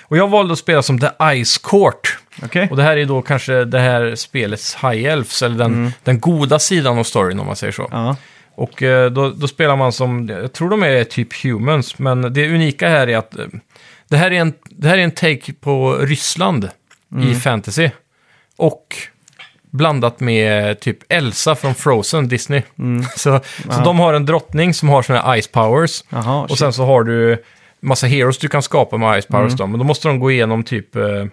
Och jag valde att spela som The Ice Court. Okej. Och det här är då kanske det här spelets High Elves, eller den, den goda sidan av storyn om man säger så. Ja. Och eh, då, då spelar man som, jag tror de är typ humans, men det unika här är att eh, det här är en, det här är en take på Ryssland i fantasy. Och blandat med typ Elsa från Frozen, Disney. så, så de har en drottning som har såna här ice powers. Jaha, Och sen så har du massa heroes du kan skapa med Ice Mm. Powers då, men då måste de gå igenom typ, eh,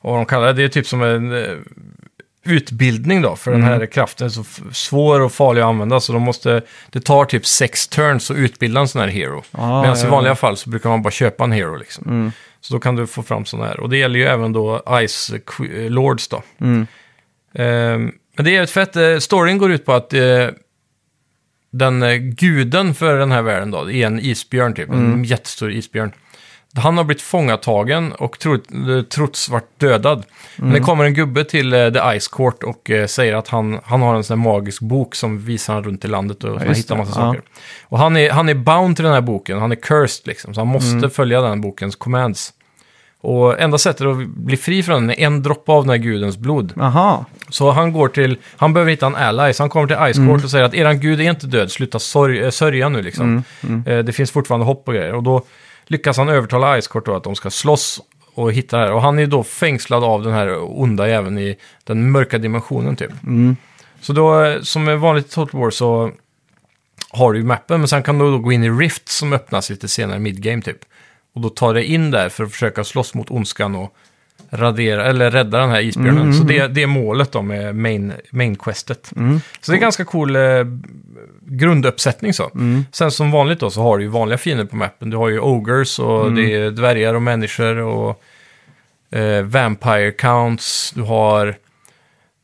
vad de kallar det, det är typ som en eh, utbildning då, för Mm. den här kraften är så f- svår och farlig att använda, så de måste, det tar typ sex turns att utbilda en sån här hero. Ah, Medan ja, Mm. i ja. vanliga fall så brukar man bara köpa en hero liksom. Så då kan du få fram sådana här, och det gäller ju även då Ice Qu- eh, Lords då. Mm. Ehm, men det är ett fett, eh, storyn går ut på att eh, den eh, guden för den här världen då, är en isbjörn typ, Mm. en jättestor isbjörn. Han har blivit fångatagen och trott, eh, trotts varit dödad. Mm. Men det kommer en gubbe till eh, The Ice Court och eh, säger att han, han har en sån här magisk bok som visar han runt i landet och man just hittar det. massa Ja. saker. Och han är, han är bound till den här boken, han är cursed liksom, så han måste Mm. följa den bokens commands. Och enda sättet att bli fri från den är en droppe av den här gudens blod. Aha. Så han går till, han behöver hitta en ally, så han kommer till Ice Court och säger att eran gud är inte död, sluta sorg, eh, sörja nu liksom. Eh, det finns fortfarande hopp och grejer. Och då lyckas han övertala Ice Court då att de ska slåss och hitta det här. Och han är då fängslad av den här onda även i den mörka dimensionen typ. Så då, eh, som är vanligt i Total War så har du ju mappen, men sen kan du då gå in i Rift som öppnas lite senare, midgame typ. Och då tar det in där för att försöka slåss mot ondskan och radera, eller rädda den här isbjörnen. Så det, det är målet då med main, main questet. Så det är ganska cool eh, grunduppsättning så. Sen som vanligt då så har du ju vanliga fiender på mappen. Du har ju ogers och det är dvärgar och människor och eh, vampire counts. Du har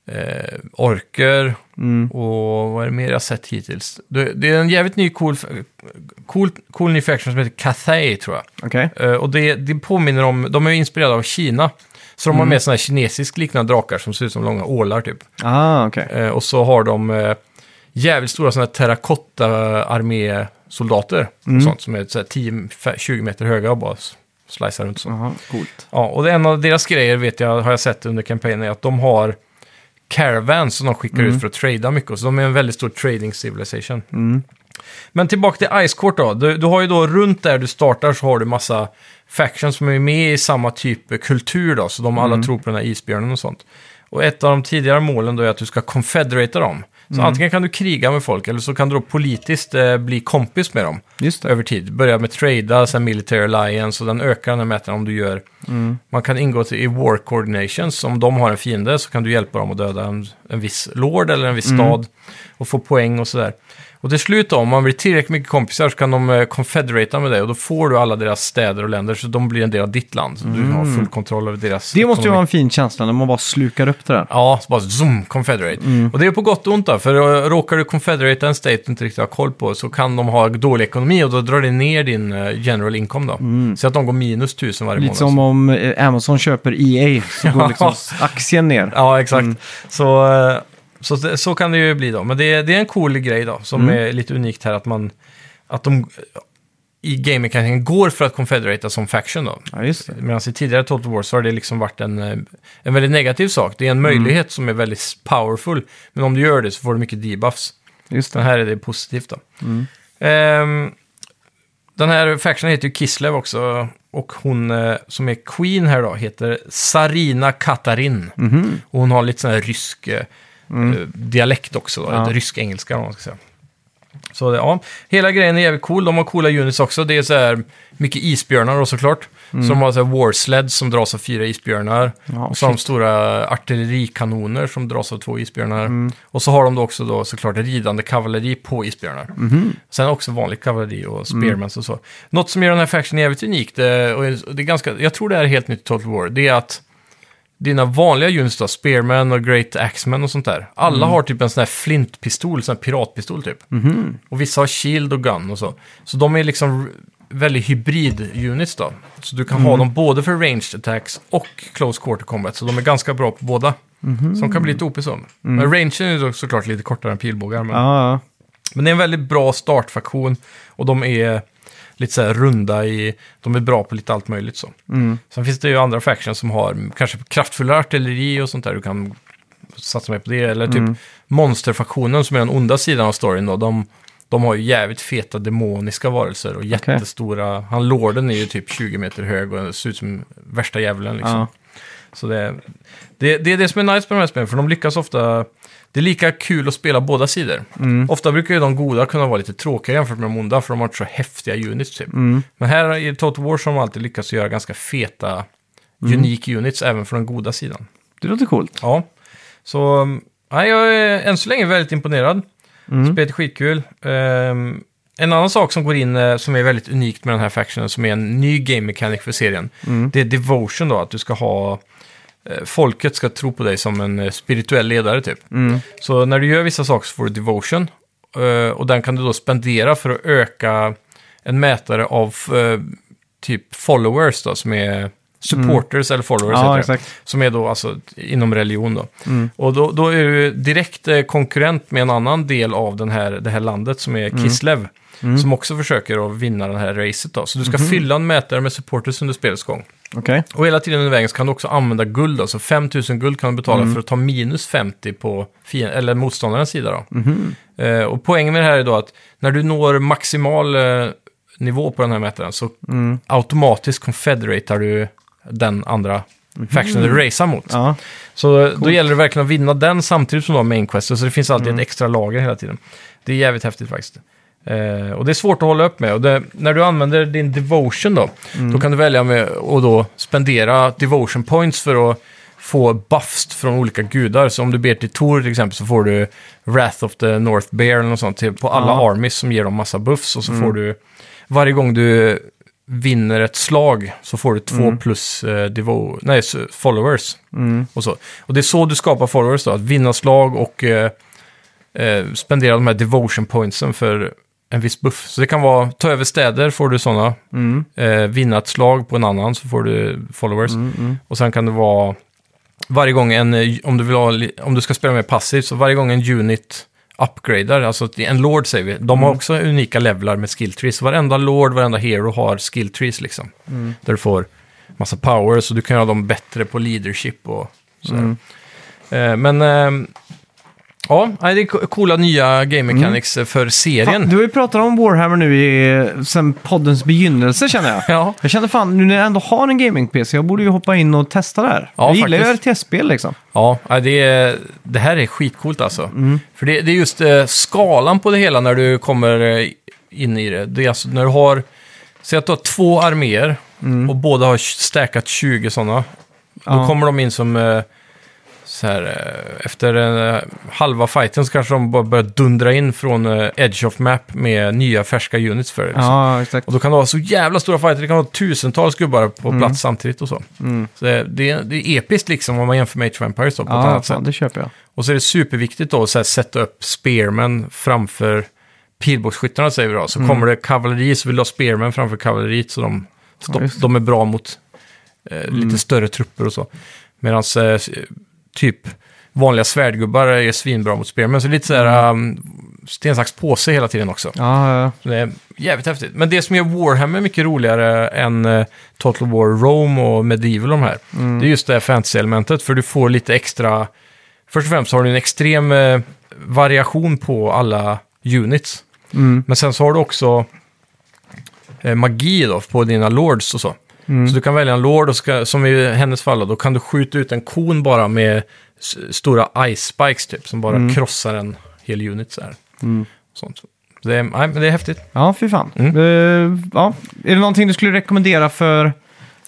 eh, orker Mm. och vad är det mer jag har sett hittills? Det, det är en jävligt ny cool, f- cool, cool ny faction som heter Cathay tror jag. Okej. Eh, och det, det påminner om, de är ju inspirerade av Kina. Så de har med sådana här kinesisk liknande drakar som ser ut som långa ålar typ. Ah, okej. Eh, och så har de eh, jävligt stora sådana här terrakotta-armésoldater. och Sånt som är så här 10-20 meter höga och bara s- slicear runt så. Jaha, coolt. Ja, och det är en av deras grejer vet jag, har jag sett under kampanjen är att de har caravans som de skickar ut för att trada mycket. och Så de är en väldigt stor trading civilization. Men tillbaka till Ice Court då. Du, du har ju då runt där du startar så har du massa factions som är med i samma typ av kultur då. Så de alla tror på den här isbjörnen och sånt. Och ett av de tidigare målen då är att du ska confederata dem. Så antingen kan du kriga med folk eller så kan du då politiskt eh, bli kompis med dem Just det. över tid. Börja med trada, sen military alliance och den ökar den här mätaren om du gör... Mm. Man kan ingå till, i war coordinations. Om de har en fiende så kan du hjälpa dem att döda en, en viss lord eller en viss Mm. stad och få poäng och sådär. Och till slut då, om man blir tillräckligt mycket kompisar så kan de eh, confederata med dig och då får du alla deras städer och länder så de blir en del av ditt land. Så du har full kontroll över deras Mm. Det måste ju ekonomi. vara en fin känsla när man bara slukar upp det där. Ja, så bara zoom, confederate. Mm. Och det är på gott och ont då, för eh, råkar du confederate en state du inte riktigt har koll på så kan de ha dålig ekonomi och då drar det ner din eh, general income då. Så att de går minus tusen varje Mm. Lite månad. som om eh, Amazon köper EA, så går liksom aktien ner. Ja, exakt. Mm. Så, eh, så, det- så kan det ju bli då. Men det, är- det är en cool grej då, som Mm. är lite unikt här att man... Att de i gaming går för att confederata som faction då. Ja, just det. Medan i tidigare Total War så har det liksom varit en, eh, en väldigt negativ sak. Det är en möjlighet som är väldigt powerful. Men om du gör det så får du mycket debuffs. Just Den det. här är det positivt då. Ehm, den här factionen heter ju Kislev också. Och hon eh, som är Queen här då heter Sarina Katarin. Och hon har lite sån här rysk eh, eh, dialekt också. Då, Ja. eller Rysk-engelska om man ska säga. Så det- ja, hela grejen är jävligt cool. De har coola units också. Det är så här mycket isbjörnar då såklart. Så de har så här war sleds som dras av fyra isbjörnar. Ja, och så har de stora artillerikanoner som dras av två isbjörnar. Och så har de då också då såklart ridande kavalleri på isbjörnar. Sen också vanligt kavalleri och spearmans och så. Något som gör den här factionen jävligt unik, det, och det är ganska, jag tror det här är helt nytt i Total War, det är att dina vanliga units då, Spearman och Great Axeman och sånt där. Alla har typ en sån här flintpistol, sån här piratpistol typ. Och vissa har shield och gun och så. Så de är liksom r- väldigt hybrid-units då. Så du kan ha dem både för ranged attacks och close quarter combat. Så de är ganska bra på båda. Så de kan bli lite OP så. Men rangen är ju då såklart lite kortare än pilbågar. Men... Ja, ja. Men det är en väldigt bra startfaktion och de är lite så här runda i, de är bra på lite allt möjligt så. Sen finns det ju andra factions som har kanske kraftfulla artilleri och sånt där, du kan satsa mer på det. Eller typ monsterfaktionen som är den onda sidan av storyn då, de, de har ju jävligt feta demoniska varelser och jättestora, han lorden är ju typ 20 meter hög och ser ut som värsta djävulen liksom. Ja. Så det, det, det är det som är nice med de här spelen, för de lyckas ofta... Det är lika kul att spela båda sidor. Ofta brukar ju de goda kunna vara lite tråkiga jämfört med de onda, för de har inte så häftiga units typ. Men här i Total War så har de alltid lyckats göra ganska feta, unika units även från den goda sidan. Det låter coolt. Ja, så um, nej, jag är än så länge väldigt imponerad. Mm. Spelet är skitkul. Ehm, en annan sak som går in, eh, som är väldigt unikt med den här factionen, som är en ny game mechanic för serien, Mm. det är devotion då, att du ska ha eh, Folket ska tro på dig som en eh, spirituell ledare typ. Mm. Så när du gör vissa saker så får du devotion. eh, Och den kan du då spendera för att öka en mätare av eh, typ followers då, som är supporters eller followers. Mm. Ja, heter det. exakt. Som är då alltså inom religion då. Och då, då är du direkt eh, konkurrent med en annan del av den här, det här landet som är Kislev. Som också försöker att vinna det här racet då. Så du ska fylla en mätare med supporters under spelets gång. Okej. Och hela tiden under vägen så kan du också använda guld. Alltså 5000 guld kan du betala för att ta minus 50 på fien- eller motståndarens sida. Då. Eh, och poängen med det här är då att när du når maximal eh, nivå på den här mätaren så automatiskt confederatar du den andra faction du racear mot. Ja. Så då gäller det verkligen att Alltså, vinna den samtidigt som du har main questet. Så det finns alltid ett extra lager hela tiden. Det är jävligt häftigt faktiskt. Eh, och det är svårt att hålla upp med. Och det, när du använder din devotion då, då kan du välja med att då spendera devotion points för att få buffs från olika gudar. Så om du ber till Tor till exempel så får du Wrath of the North Bear eller något sånt till, på alla Ja. armies som ger dem massa buffs. Och så får du, varje gång du vinner ett slag så får du två plus eh, devo, nej, s- followers. Mm. Och, så. och det är så du skapar followers då, att vinna slag och eh, eh, spendera de här devotion pointsen för en viss buff. Så det kan vara, ta över städer får du sådana, Mm. eh, vinna ett slag på en annan så får du followers. Och sen kan det vara varje gång en, eh, om du, vill ha, li- om du ska spela med passivt, så varje gång en unit upgrader, alltså att en lord säger vi, de har också unika levlar med skill trees. Så varenda lord, varenda hero har skill trees liksom. Där du får massa power, så du kan göra dem bättre på leadership och sådär. Eh, men eh, ja, nej, det är co- coola nya game mechanics eh, för serien. Fan, du har ju pratat om Warhammer nu i, sen poddens begynnelse känner jag. Ja. Jag känner fan, nu när jag ändå har en gaming-PC, jag borde ju hoppa in och testa det här. Ja, jag gillar ju faktiskt. RTS-spel liksom. Ja, nej, det, är, det här är skitcoolt alltså. För det, det är just eh, skalan på det hela när du kommer eh, in i det. Det är alltså när du har, säg att du har två arméer och båda har stackat 20 sådana. Då Ja. kommer de in som, eh, så här, eh, efter eh, halva fighten så kanske de bara börjar dundra in från eh, edge of map med nya färska units för det. liksom. Ja, exakt. Och då kan du ha så jävla stora fighter, det kan vara tusentals gubbar på Mm. plats samtidigt och så. Så det, det, det är episkt liksom om man jämför med Age of Empires då, på ett Ja, annat fan, sätt. det köper jag. Och så är det superviktigt då att så här, sätta upp spearmen framför pilbågsskyttarna säger vi då. Mm. Så kommer det kavalleri så vill du ha spearmen framför kavalleriet så de, stopp, Ja, just det. Mm. de är bra mot eh, lite större trupper och så. Medan eh, typ vanliga svärdgubbar är svinbra mot spearmen. Så det är lite så här Mm. um, sten, sax, påse hela tiden också. Ja, ja, ja. Så Det är jävligt häftigt. Men det som gör Warhammer mycket roligare än eh, Total War Rome och Medieval och de här, det är just det här fantasy-elementet. För du får lite extra... Först och främst så har du en extrem eh, variation på alla units. Mm. Men sen så har du också eh, magi då, på dina lords och så. Så du kan välja en lord, och ska, som i hennes fall, då, då kan du skjuta ut en kon bara med s- stora ice spikes typ, som bara krossar en hel unit så här. Mm. Sånt. Det är, nej, men det är häftigt. Ja, fy fan. Mm. Eh, ja. Är det någonting du skulle rekommendera för,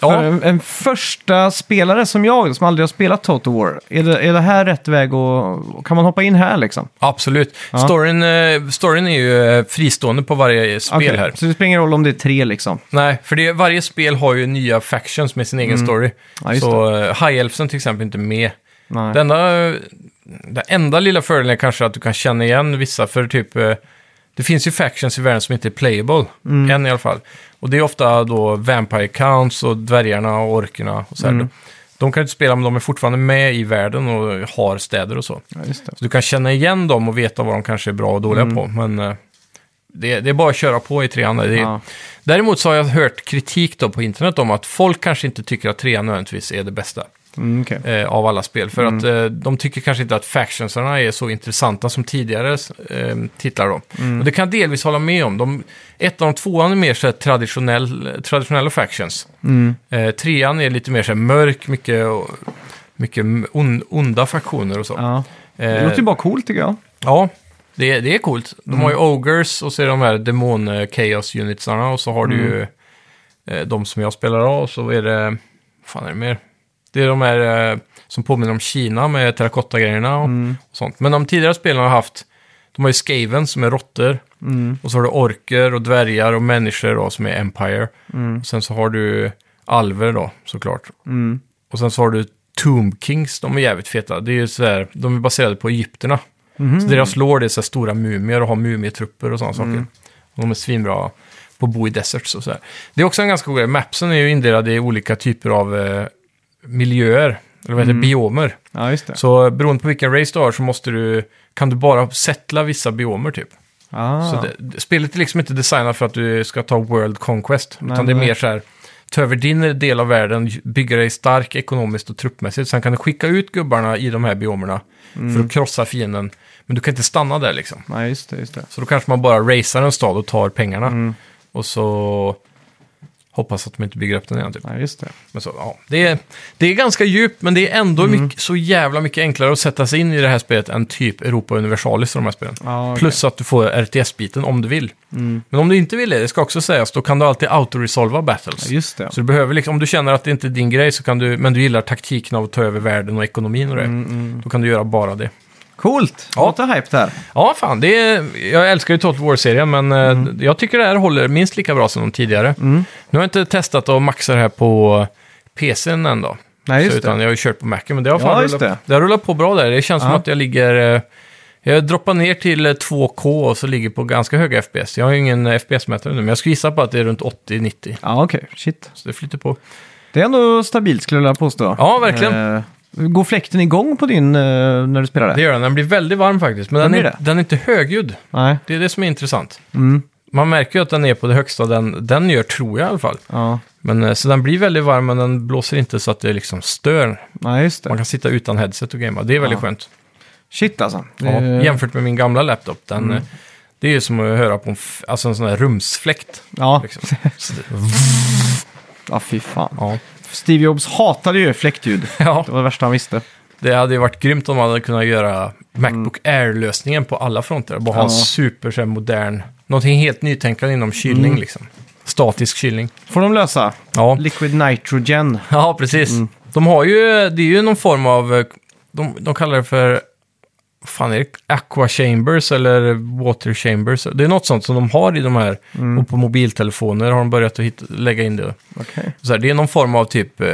för Ja, en, en första spelare som jag, som aldrig har spelat Total War? Är det, är det här rätt väg och kan man hoppa in här liksom? absolut. Ja. Storyn, eh, storyn är ju eh, fristående på varje spel Okej, här. Så det spelar ingen roll om det är tre liksom? Nej, för det, varje spel har ju nya factions med sin egen story. Mm. Ja, just så eh, High Elfsen till exempel är inte med. Nej. Det enda, eh, det enda lilla fördelen är kanske att du kan känna igen vissa, för typ... eh, Det finns ju factions i världen som inte är playable, Mm. än i alla fall. Och det är ofta då Vampire Counts och dvärgarna och orkerna och så här. Mm. De kan du inte spela, men de är fortfarande med i världen och har städer och så. Ja, just det. Så du kan känna igen dem och veta vad de kanske är bra och dåliga Mm. på. Men eh, det, det är bara att köra på i trean. där. Det, Ja. Däremot så har jag hört kritik då på internet om att folk kanske inte tycker att trean nödvändigtvis är det bästa Mm, okej. eh, av alla spel. För att Mm. eh, de tycker kanske inte att factionsarna är så intressanta som tidigare eh, titlar. Då. Mm. Och det kan jag delvis hålla med om. De, ett av de tvåan är mer så här traditionell, traditionella factions. Mm, Eh, trean är lite mer så här mörk, mycket, mycket on, onda faktioner och så. Ja. Det Eh, låter ju bara coolt tycker jag. Ja, det, det är coolt. De har ju Ogres och så är de här demon-chaos-unitsarna och så har du ju eh, de som jag spelar av och så är det... vad fan är det mer? Det är de här eh, som påminner om Kina med terrakotta-grejerna och, och sånt. Men de tidigare spelarna har haft... De har ju Skaven som är råttor. Mm, Och så har du orker och dvärgar och människor då, som är Empire. Och sen så har du alver då, såklart. mm. Och sen så har du Tomb Kings, de är jävligt feta. Det är ju så här, de är baserade på egypterna. Så deras lår är så här stora mumier och har mumietrupper och sådana saker. Och de är svinbra på att bo i deserts och så här. Det är också en ganska god grej. Mapsen är ju indelad i olika typer av eh, miljöer, eller vad heter det, biomer. Ja, just det. Så eh, beroende på vilken race du har så måste du, kan du bara settla vissa biomer typ. ah. Så det, det- spelet är liksom inte designat för att du ska ta World Conquest. Nej, utan det är nej. mer så här, ta över din del av världen, bygga dig stark ekonomiskt och truppmässigt. Sen kan du skicka ut gubbarna i de här biomerna för Mm. att krossa fienden. Men du kan inte stanna där liksom. Nej, just det, just det. Mm. Så då kanske man bara racear en stad och tar pengarna. Och så Hoppas att de inte bygger upp den igen typ. Nej, just det. Men så, ja. det, är, det är ganska djupt, men det är ändå Mm. mycket, så jävla mycket enklare att sätta sig in i det här spelet än typ Europa Universalis och de här spelen. Ja, okej. Mm. Plus att du får RTS-biten om du vill. Men om du inte vill det, det ska också sägas, då kan du alltid autoresolva battles. Ja, just det. Så du behöver liksom, om du känner att det inte är din grej, så kan du, men du gillar taktiken av att ta över världen och ekonomin och det, Mm, då kan du göra bara det. Coolt! Ja. Låter hype där. Ja, fan, det är, jag älskar ju Total War-serien, men eh, Mm. jag tycker det här håller minst lika bra som de tidigare. Nu har jag inte testat att maxa det här på PCn än då. Nej, just så, utan det. jag har ju kört på Macen, men det har, Ja, fan just rullat, det. det. har rullat på bra där. Det känns som Ja. att jag ligger... eh, Jag droppar ner till eh, 2K och så ligger på ganska höga FPS. Jag har ju ingen eh, FPS-mätare nu, men jag skulle gissa på att det är runt 80-90. Ja, okej. Shit. Så det flyter på. Det är ändå stabilt skulle jag vilja påstå. Ja, verkligen. Eh, går fläkten igång på din eh, när du spelar det? Det gör den. Den blir väldigt varm faktiskt, men Den den, blir är, det? den är inte högljudd. Nej. Det är det som är intressant. Mm. Man märker ju att den är på det högsta den, den gör, tror jag i alla fall. Ja. Men, eh, så den blir väldigt varm, men den blåser inte så att det liksom stör. Nej, just Man det. kan sitta utan headset och gamea. Det är väldigt Ja. skönt. Shit alltså. Ja, Det- Mm. jämfört med min gamla laptop. Den, eh, Det är ju som att höra på en, f- alltså en sån här rumsfläkt. ja. Liksom. ja, fy fan. ja. Steve Jobs hatade ju fläktljud. ja, Det var det värsta han visste. det hade ju varit grymt om man hade kunnat göra Macbook Air-lösningen på alla fronter. Bara ha Mm. Ja. en super så här, modern, någonting helt nytänkande inom kylning Mm. liksom. Statisk kylning. Får de lösa? Ja, Liquid nitrogen. ja precis. Mm. De har ju, det är ju någon form av, eh, de, de kallar det för, vad fan är det, aqua chambers eller water chambers. Det är något sånt som de har i de här, Mm. och på mobiltelefoner har de börjat att hitta, lägga in det. Okej. Så här, det är någon form av typ eh,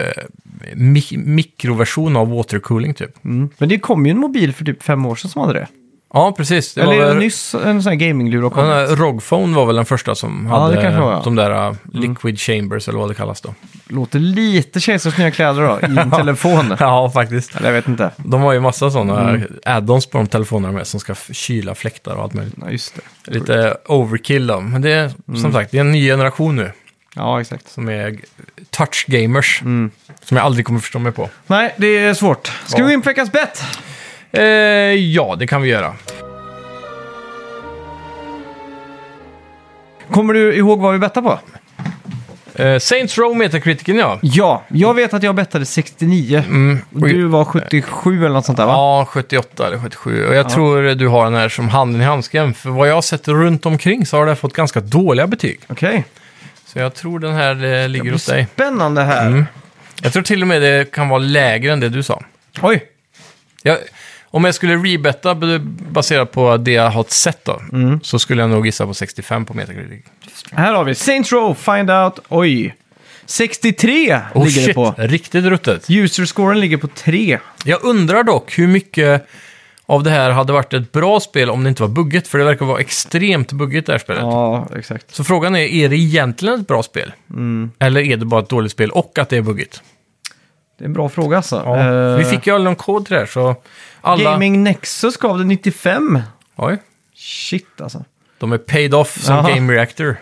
mi- mikroversion av watercooling typ. Mm. Men det kom ju en mobil för typ fem år sedan som hade det. Ja, precis. Det Eller var väl, nyss en sån här gaminglur har den kommit. här ROG-phone var väl den första som Ja, det hade kanske var, ja. Mm. de där eh, liquid chambers eller vad det kallas då. Låter lite kejsars nya kläder då, i en telefon. Eller ja, faktiskt. jag vet inte. De har ju massa sådana add-ons på de telefonerna med som ska f- kyla fläktar och allt möjligt. Ja, just det. Lite overkill då. Men det är som sagt, det är en ny generation nu Ja, exakt. som är g- touch gamers. Som jag aldrig kommer förstå mig på. Nej, det är svårt. Ska Ja. vi gå in på veckans bett? Eh, ja, det kan vi göra. Kommer du ihåg vad vi bettade på? Eh, Saints Row Metacriticen ja. Ja, jag vet att jag bettade 69. Mm. Och du var 77 eller något sånt där va? Ja, 78 eller 77. Och jag tror du har den här som handen i handsken. För vad jag har sett runt omkring så har den fått ganska dåliga betyg. Okej. Så jag tror den här eh, ligger hos dig. Spännande här. Jag tror till och med det kan vara lägre än det du sa. Oj, Jag, om jag skulle rebetta b- baserat på det jag har sett då, Mm. så skulle jag nog gissa på 65 på Metacritic. här har vi Saints Row, Find Out, oj. 63 Oh ligger det shit, på. riktigt ruttet. User-scoren ligger på 3. Jag undrar dock hur mycket av det här hade varit ett bra spel om det inte var bugget, för det verkar vara extremt buggigt det här spelet. Ja, exakt. Så frågan är, är det egentligen ett bra spel? Mm. Eller är det bara ett dåligt spel och att det är buggigt? Det är en bra fråga alltså. Eh, Vi fick ju aldrig någon kod till det här, så alla... Gaming Nexus gav det 95. Oj, Shit alltså. de är paid off som Jaha. Game Reactor.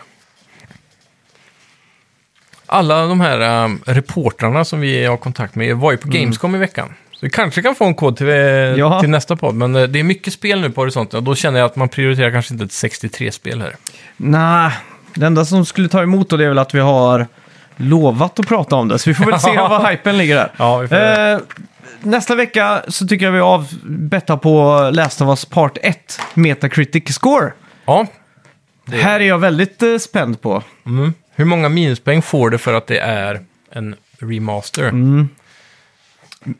Alla de här um, reportrarna som vi har kontakt med var ju på Gamescom i veckan. Så vi kanske kan få en kod till, eh, Jaha. till nästa podd, men eh, det är mycket spel nu på horisonten och då känner jag att man prioriterar kanske inte ett 63-spel här. Nej, det enda som skulle ta emot då det är väl att vi har lovat att prata om det. Så vi får väl se vad hypen ligger där. Ja, vi får göra Eh, nästa vecka så tycker jag vi avbettar på Last of Us Part 1, Metacritic Score. Ja, Här är jag väldigt eh, spänd på. Mm. Hur många minuspoäng får det för att det är en remaster?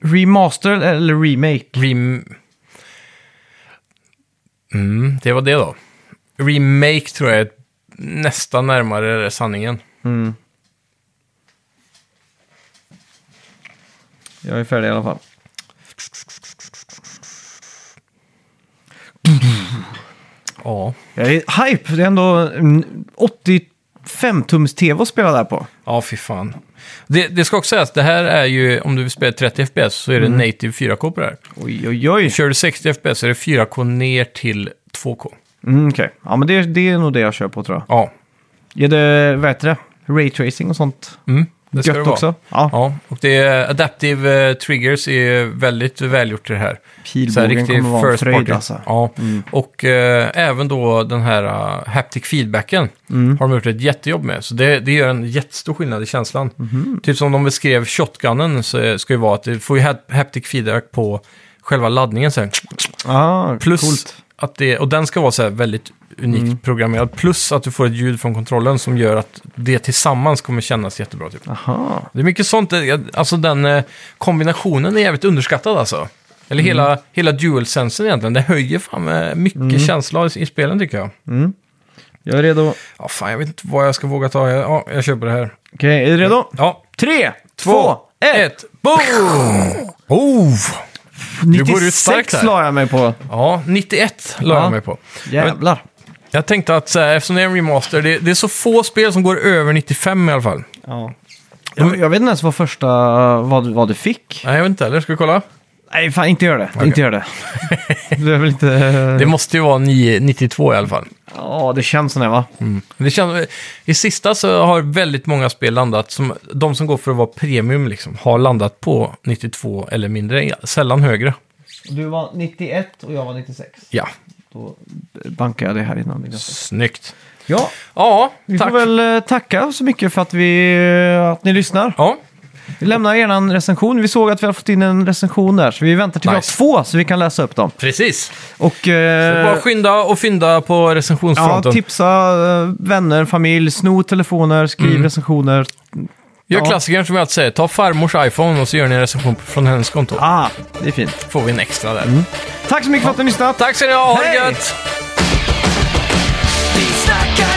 Remaster eller remake? Rem... Mm, det var det då. Remake tror jag är nästan närmare sanningen. Jag är färdig i alla fall. Ja. Jag är hype, det är ändå en 85-tums-tv att spela där på. Ja, fy fan. Det, det ska också sägas, det här är ju, om du vill spela 30 FPS så är det Mm. native 4K på det här. Oj, oj, oj. Kör du 60 FPS så är det 4K ner till 2K. Mm, Okej, ja men det, det är nog det jag kör på tror jag. Ja, Är det, vad heter det? Ray tracing och sånt? Mm. Det Gött också. Ja, Ja, och det är Adaptive eh, Triggers är väldigt välgjort i det här. Så här pilbågen riktig kommer vara en first fröjd party. alltså. Ja. Och eh, även då den här eh, haptic feedbacken Mm. har de gjort ett jättejobb med. Så det, det gör en jättestor skillnad i känslan. Mhm. Typ som de beskrev shotgunnen så eh, ska ju vara att du får ju hap- haptic feedback på själva laddningen sen. Ah, Plus Coolt. Mm. att det, och den ska vara så här väldigt unikt programmerad. Plus att du får ett ljud från kontrollen som gör att det tillsammans kommer kännas jättebra. Typ. Aha. Det är mycket sånt. eh, Alltså den eh, kombinationen är jävligt underskattad alltså. Eller hela, hela dual-sensen egentligen. Den höjer fan eh, mycket känsla i, i spelen tycker jag. Jag är redo. Okej, Ja, fan jag vet inte vad jag ska våga ta. Jag- Ja, jag köper det här. är du redo? Ja. Tre, Två, två, ett. ett, boom! Oh! går ut 96 starkt här. la jag mig på. Ja, 91 la Ja. jag mig på. Jag, Jävlar. jag tänkte att så här, eftersom det är en remaster, det, det är så få spel som går över 95 i alla fall. Ja. Jag, jag vet inte ens vad första, vad, du- vad du fick. Nej, jag vet inte heller. Ska vi kolla? Nej, fan inte gör det. Inte gör det. Du är väl inte... Det måste ju vara 9, 92 i alla fall. Ja, det känns sådär va? Men Det känns, I sista så har väldigt många spel landat, som, de som går för att vara premium, liksom, har landat på 92 eller mindre, sällan högre. Du var 91 och jag var 96. Ja, Då bankade jag det här innan. snyggt. Ja, Ja, vi tack. får väl eh, tacka så mycket för att, vi, eh, att ni lyssnar. Ja, Vi lämnar gärna en recension. Vi såg att vi har fått in en recension där, så vi väntar till Nice. vi har två så vi kan läsa upp dem. precis. Och Så bara eh, skynda och fynda på ja, recensionsfronten. tipsa eh, vänner, familj, sno telefoner, skriv Mm. recensioner. Gör ja. klassikern som jag alltid säger, ta farmors iPhone och så gör ni en recension från hennes konto. Ah, det är fint. Får vi en extra där. Mm. Tack så mycket för att ni har lyssnat. Tack ska ni ha, ha det Hej! gött! Vi snackar